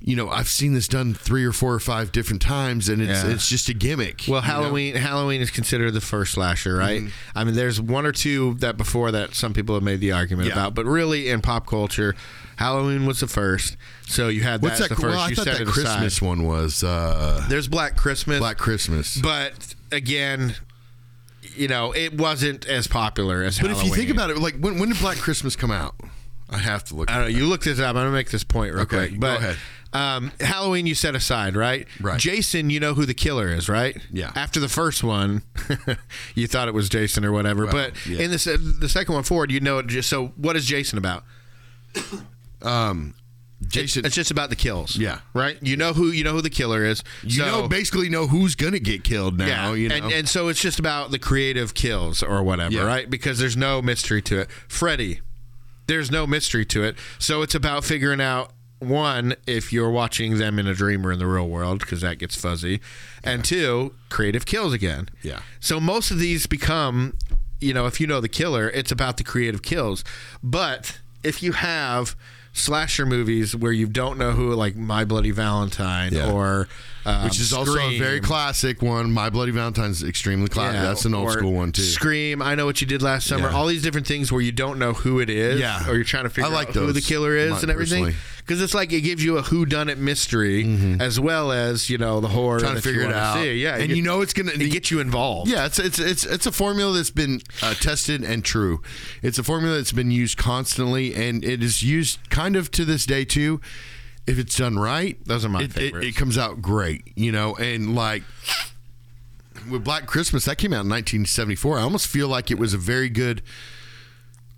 Speaker 3: you know i've seen this done three or four or five different times and it's
Speaker 2: Yeah.
Speaker 3: it's just a gimmick
Speaker 2: Well, Halloween Halloween is considered the first
Speaker 3: Mm-hmm.
Speaker 2: slasher, right? I mean, there's one or two that before that some people have made the argument
Speaker 3: Yeah.
Speaker 2: about, but really in pop culture, Halloween was the first. So you had
Speaker 3: what's
Speaker 2: that,
Speaker 3: that
Speaker 2: the first.
Speaker 3: well, i
Speaker 2: you
Speaker 3: thought
Speaker 2: set
Speaker 3: that
Speaker 2: it aside.
Speaker 3: christmas one was uh
Speaker 2: There's Black Christmas.
Speaker 3: black christmas
Speaker 2: But again, you know, it wasn't as popular as
Speaker 3: But if you think
Speaker 2: Halloween.
Speaker 3: about it, like when, when did Black Christmas come out? I have to look.
Speaker 2: I don't know. You look this up. I'm gonna make this point real
Speaker 3: Okay,
Speaker 2: quick. But
Speaker 3: go ahead.
Speaker 2: Um, Halloween, you set aside, right?
Speaker 3: Right.
Speaker 2: Jason, you know who the killer is, right?
Speaker 3: Yeah.
Speaker 2: After the first one, you thought it was Jason or whatever, but
Speaker 3: yeah.
Speaker 2: in this uh, the second one forward, you know it. Just so, what is Jason about?
Speaker 3: Um, Jason.
Speaker 2: It's just about the kills.
Speaker 3: Yeah.
Speaker 2: Right. You know who you know who the killer is.
Speaker 3: you
Speaker 2: so,
Speaker 3: know, basically know who's gonna get killed now. You know,
Speaker 2: And, and so it's just about the creative kills or whatever,
Speaker 3: Yeah.
Speaker 2: right? Because there's no mystery to it. Freddy, there's no mystery to it. So it's about figuring out one, if you're watching them in a dream or in the real world, because that gets fuzzy, and two, creative kills again.
Speaker 3: Yeah.
Speaker 2: So most of these become, you know, if you know the killer, it's about the creative kills. But if you have slasher movies where you don't know who, like My Bloody Valentine
Speaker 3: Yeah.
Speaker 2: or um,
Speaker 3: which is also a very
Speaker 2: Scream.
Speaker 3: classic one. My Bloody Valentine's extremely classic.
Speaker 2: Yeah,
Speaker 3: That's an old
Speaker 2: Uh, or
Speaker 3: school one too.
Speaker 2: Scream, I know what you did last summer.
Speaker 3: Yeah.
Speaker 2: All these different things where you don't know who it is,
Speaker 3: Yeah.
Speaker 2: or you're trying to figure
Speaker 3: I like
Speaker 2: out who the
Speaker 3: those,
Speaker 2: killer is
Speaker 3: mine
Speaker 2: and everything.
Speaker 3: personally. Mm-hmm.
Speaker 2: Because it's like it gives you a who done it mystery as well as you know the horror
Speaker 3: Trying to
Speaker 2: that you
Speaker 3: figure it
Speaker 2: wanna
Speaker 3: out.
Speaker 2: See. Yeah,
Speaker 3: And you know it's gonna-
Speaker 2: it get you involved.
Speaker 3: Yeah, it's it's it's it's a formula that's been uh, tested and true. It's a formula that's been used constantly, and it is used kind of to this day too. If it's done right,
Speaker 2: Those are my
Speaker 3: it, it,
Speaker 2: favorites.
Speaker 3: it comes out great, you know. And like with Black Christmas, that came out in 1974. I almost feel like it was a very good.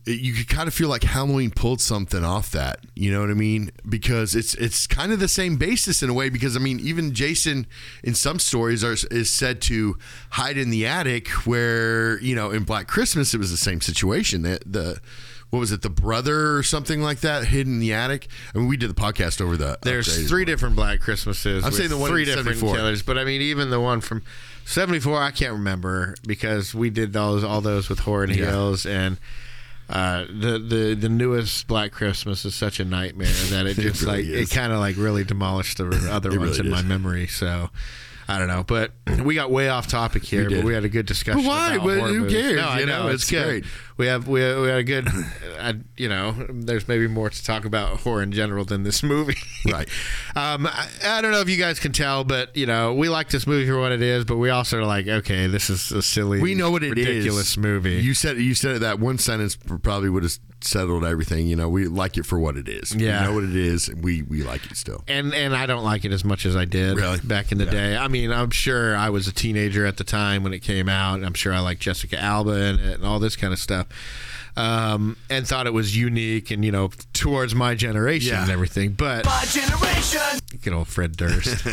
Speaker 3: it- You could kind of feel like Halloween pulled something off that, you know what I mean? Because it's it's kind of the same basis in a way. Because I mean, even Jason in some stories are, is said to hide in the attic, where you know in Black Christmas it was the same situation. That the what was it, the brother or something like that, hid in the attic. I mean, we did the podcast over the.
Speaker 2: There's
Speaker 3: updated
Speaker 2: three
Speaker 3: one.
Speaker 2: different Black Christmases.
Speaker 3: I'm
Speaker 2: with
Speaker 3: saying the one
Speaker 2: three
Speaker 3: in
Speaker 2: different
Speaker 3: 74.
Speaker 2: killers, but I mean even the one from '74, I can't remember because we did those all those with Horror and
Speaker 3: Yeah.
Speaker 2: Heels and. Uh, the, the the newest Black Christmas is such a nightmare that it
Speaker 3: It
Speaker 2: just
Speaker 3: really
Speaker 2: like
Speaker 3: is.
Speaker 2: it kind of like really demolished the other
Speaker 3: It
Speaker 2: ones in
Speaker 3: really
Speaker 2: my
Speaker 3: did.
Speaker 2: memory. So I don't know, but we got way off topic here. but
Speaker 3: did.
Speaker 2: we had a good discussion.
Speaker 3: But why?
Speaker 2: about
Speaker 3: Well,
Speaker 2: horror
Speaker 3: who
Speaker 2: movies.
Speaker 3: cares?
Speaker 2: No, I
Speaker 3: You
Speaker 2: know,
Speaker 3: know,
Speaker 2: it's,
Speaker 3: it's
Speaker 2: good.
Speaker 3: great.
Speaker 2: we have we, we had a good, I, you know, there's maybe more to talk about horror in general than this movie.
Speaker 3: Right.
Speaker 2: um, I, I don't know if you guys can tell, but you know, we like this movie for what it is, but we also are like, okay, this is a silly,
Speaker 3: we know what it is.
Speaker 2: ridiculous movie.
Speaker 3: You said you said it that one sentence probably would have settled everything. You know, we like it for what it is.
Speaker 2: Yeah.
Speaker 3: we know what it is. and We we like it still.
Speaker 2: and and I don't like it as much as I did
Speaker 3: Really?
Speaker 2: back in the day. I mean, I'm sure I was a teenager at the time when it came out. and I'm sure I liked Jessica Alba in it and all this kind of stuff, um, and thought it was unique and you know towards my generation
Speaker 3: Yeah.
Speaker 2: and everything. But
Speaker 6: My generation.
Speaker 2: good old Fred Durst.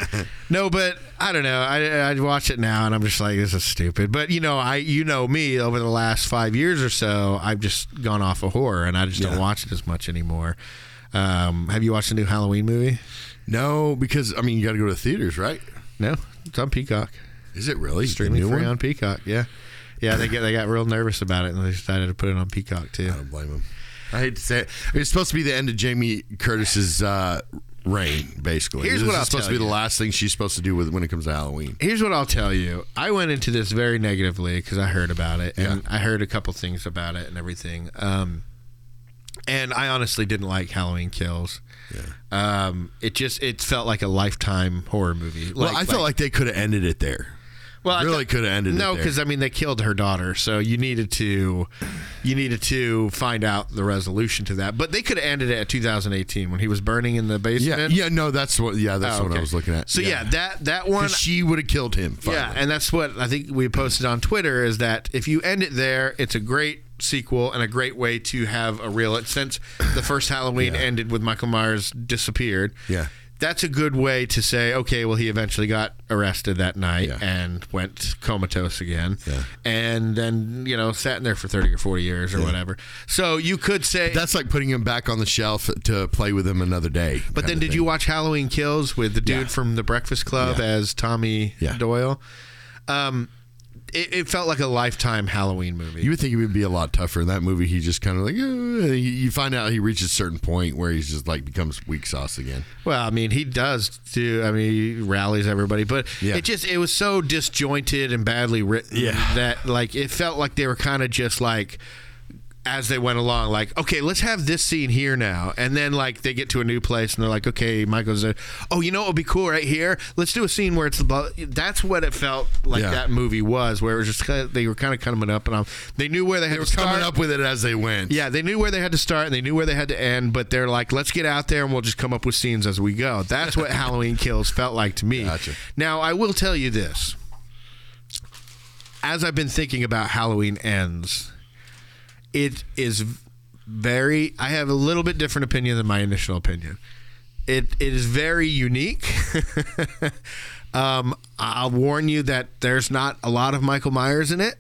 Speaker 2: no, but I don't know. I I watch it now and I'm just like this is stupid. But you know, I you know me over the last five years or so, I've just gone off of horror and I just don't watch it as much anymore. Um, have you watched the new Halloween movie?
Speaker 3: No, because I mean you got to go to the theaters, right?
Speaker 2: No, it's on Peacock.
Speaker 3: Is it really The
Speaker 2: Streaming
Speaker 3: new
Speaker 2: free
Speaker 3: one?
Speaker 2: on Peacock. Yeah, yeah. They get they got real nervous about it and they decided to put it on Peacock too.
Speaker 3: I don't blame him. I hate to say it. It's supposed to be the end of Jamie Curtis's uh, reign, basically.
Speaker 2: Here's
Speaker 3: this
Speaker 2: what
Speaker 3: is
Speaker 2: I'll
Speaker 3: supposed
Speaker 2: tell
Speaker 3: to be
Speaker 2: you.
Speaker 3: the last thing she's supposed to do with when it comes to Halloween.
Speaker 2: Here's what I'll tell you. I went into this very negatively because I heard about it and I heard a couple things about it and everything. Um, and I honestly didn't like Halloween Kills. Yeah. Um, it just it felt like a lifetime horror movie.
Speaker 3: well, I felt like they could have ended it there.
Speaker 2: Well, I
Speaker 3: really
Speaker 2: thought-
Speaker 3: could have ended.
Speaker 2: No,
Speaker 3: it there.
Speaker 2: because I mean they killed her daughter, so you needed to, you needed to find out the resolution to that. But they could have ended it at 2018 when he was burning in the
Speaker 3: yeah,
Speaker 2: basement.
Speaker 3: yeah, no, that's what. Yeah, that's
Speaker 2: Oh,
Speaker 3: what
Speaker 2: okay.
Speaker 3: I was looking at.
Speaker 2: So yeah, that that one.
Speaker 3: 'Cause she would have killed him. Finally.
Speaker 2: Yeah, and that's what I think we posted on Twitter is that if you end it there, it's a great sequel and a great way to have a real. It since the first Halloween ended with Michael Myers disappeared.
Speaker 3: Yeah.
Speaker 2: That's a good way to say, okay, well, he eventually got arrested that night
Speaker 3: Yeah.
Speaker 2: and went comatose again,
Speaker 3: Yeah.
Speaker 2: and then you know sat in there for thirty or forty years or whatever. So you could say,
Speaker 3: That's like putting him back on the shelf to play with him another day.
Speaker 2: But then,
Speaker 3: kinda
Speaker 2: did
Speaker 3: thing.
Speaker 2: you watch Halloween Kills with the dude
Speaker 3: Yeah.
Speaker 2: from The Breakfast Club as Tommy
Speaker 3: Yeah.
Speaker 2: Doyle? Um, it, it felt like a lifetime Halloween movie.
Speaker 3: You would think he would be a lot tougher in that movie. He just kind of like eh, you you find out he reaches a certain point where he's just like becomes weak sauce again.
Speaker 2: well, I mean, he does do. I mean, he rallies everybody, but
Speaker 3: Yeah.
Speaker 2: it just it was so disjointed and badly written
Speaker 3: Yeah.
Speaker 2: that like it felt like they were kind of just like. As they went along, like, okay, let's have this scene here now. And then, like, they get to a new place and they're like, okay, Michael's there. Oh, you know what would be cool right here? Let's do a scene where it's about. That's what it felt like
Speaker 3: Yeah.
Speaker 2: that movie was, where it was just kind of, they were kind of coming up and on. They knew where they had
Speaker 3: They were
Speaker 2: to
Speaker 3: coming
Speaker 2: start.
Speaker 3: up with it as they went.
Speaker 2: Yeah, they knew where they had to start and they knew where they had to end, but they're like, let's get out there and we'll just come up with scenes as we go. That's what Halloween Kills felt like to me.
Speaker 3: Gotcha.
Speaker 2: Now, I will tell you this. As I've been thinking about Halloween Ends, it is very, I have a little bit different opinion than my initial opinion. It, it is very unique. um, I'll warn you that there's not a lot of Michael Myers in it,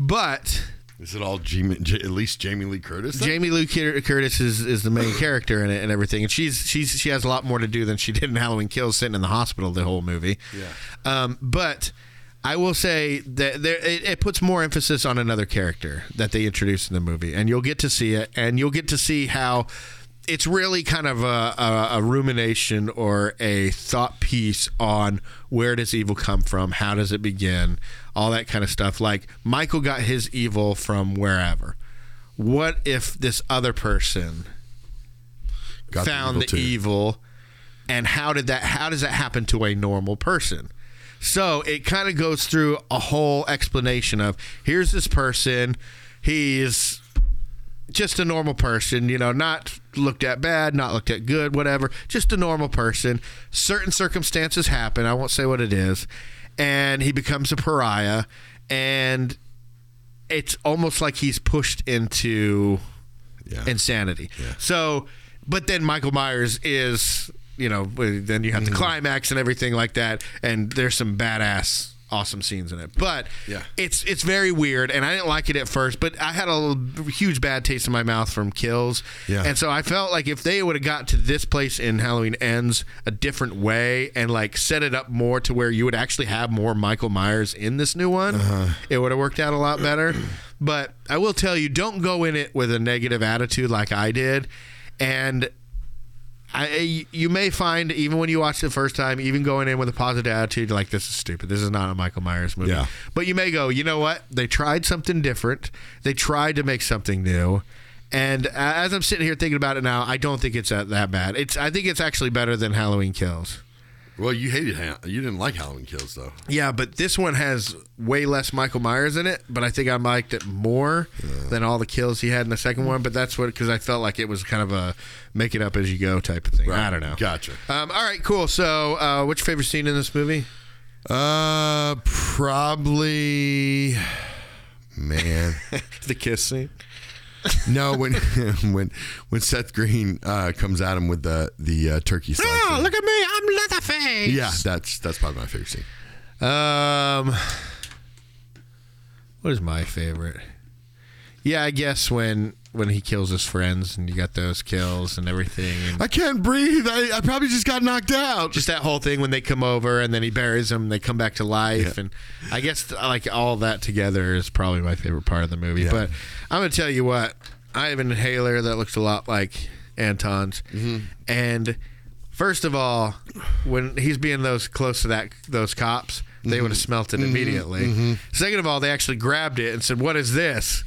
Speaker 2: but.
Speaker 3: Is it all Jamie, J- at least Jamie Lee Curtis? then?
Speaker 2: Jamie Lou Cur- Curtis is, is the main character in it and everything, and she's she's she has a lot more to do than she did in Halloween Kills, sitting in the hospital the whole movie. Yeah. Um, but I will say that there, it, it puts more emphasis on another character that they introduced in the movie, and you'll get to see it, and you'll get to see how it's really kind of a, a, a rumination or a thought piece on where does evil come from, how does it begin, all that kind of stuff. Like Michael got his evil from wherever what if this other person
Speaker 3: Got the
Speaker 2: found the
Speaker 3: too.
Speaker 2: evil and how did that how does that happen to a normal person so it kind of goes through a whole explanation of here's this person he's just a normal person, you know, not looked at bad, not looked at good, whatever. Just a normal person. Certain circumstances happen. I won't say what it is. And he becomes a pariah. And it's almost like he's pushed into
Speaker 3: Yeah.
Speaker 2: insanity. So, but then Michael Myers is, you know, then you have
Speaker 3: Mm.
Speaker 2: the climax and everything like that. And there's some badass. Awesome scenes in it, but
Speaker 3: Yeah.
Speaker 2: it's it's very weird, and I didn't like it at first. But I had a l- huge bad taste in my mouth from Kills,
Speaker 3: Yeah.
Speaker 2: and so I felt like if they would have got to this place in Halloween Ends a different way and like set it up more to where you would actually have more Michael Myers in this new one, it would have worked out a lot better. But I will tell you, don't go in it with a negative attitude like I did, and I, you may find even when you watch it the first time, even going in with a positive attitude, like this is stupid. This is not a Michael Myers movie.
Speaker 3: Yeah.
Speaker 2: But you may go, you know what? They tried something different. They tried to make something new. And a- as I'm sitting here thinking about it now, I don't think it's that, that bad. It's I think it's actually better than Halloween Kills.
Speaker 3: Well, you hated Ha- you didn't like Halloween Kills though.
Speaker 2: Yeah, but this one has way less Michael Myers in it. But I think I liked it more than all the kills he had in the second one. But that's what because I felt like it was kind of a make it up as you go type of thing. I don't know.
Speaker 3: Gotcha.
Speaker 2: Um, all right, cool. So, uh, what's your favorite scene in this movie?
Speaker 3: Uh, probably, man.
Speaker 2: The kiss scene.
Speaker 3: no, when when when Seth Green uh, comes at him with the the uh, turkey sausage.
Speaker 2: Oh, at me, I'm Leatherface.
Speaker 3: yeah, that's that's probably my favorite scene.
Speaker 2: Um, what is my favorite? Yeah, I guess when when he kills his friends and you got those kills and everything. And
Speaker 3: I can't breathe. I, I probably just got knocked out.
Speaker 2: just that whole thing when they come over and then he buries them, they come back to life,
Speaker 3: Yeah.
Speaker 2: and I guess like all that together is probably my favorite part of the movie. But I'm gonna tell you what, I have an inhaler that looks a lot like Anton's, and first of all, when he's being those close to that those cops, they would have smelt it immediately. Second of all, they actually grabbed it and said, "What is this?"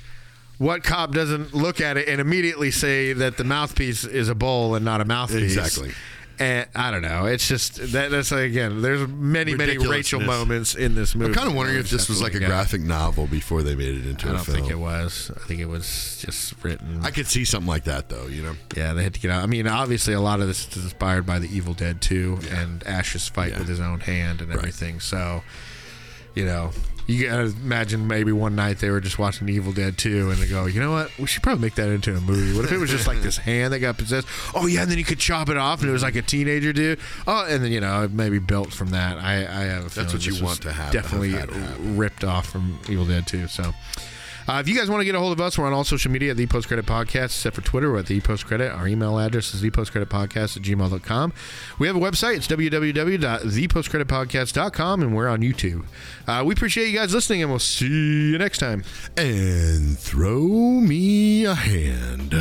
Speaker 2: What cop doesn't look at it and immediately say that the mouthpiece is a bowl and not a mouthpiece?
Speaker 3: Exactly.
Speaker 2: And I don't know. It's just that that's like, again. There's many many Rachel
Speaker 3: Ridiculousness.
Speaker 2: moments in this movie.
Speaker 3: I'm kind of wondering if this was like a
Speaker 2: Yeah.
Speaker 3: graphic novel before they made it into
Speaker 2: I
Speaker 3: a
Speaker 2: don't
Speaker 3: film.
Speaker 2: think it was. I think it was just written.
Speaker 3: I could see something like that though. You know.
Speaker 2: yeah, they had to get out. I mean, obviously, a lot of this is inspired by the Evil Dead 2 and Ash's fight with his own hand and everything. So, you know, you gotta imagine maybe one night they were just watching Evil Dead 2 and they go, you know what? We should probably make that into a movie. What if it was just like this hand that got possessed? Oh, yeah, and then you could chop it off and it was like a teenager dude. Oh, and then, you know, it maybe built from that. I, I have a feeling
Speaker 3: what you
Speaker 2: this
Speaker 3: want
Speaker 2: was
Speaker 3: to have-
Speaker 2: Definitely
Speaker 3: have had happen.
Speaker 2: ripped off from Evil Dead 2. So. Uh, if you guys want to get a hold of us, we're on all social media at the Post Credit Podcast, except for Twitter, we're at the Post Credit. Our email address is thepostcreditpodcast at gmail.com. We have a website, it's www.thepostcreditpodcast.com, and we're on YouTube. Uh, we appreciate you guys listening, and we'll see you next time.
Speaker 3: And uh, throw me a hand.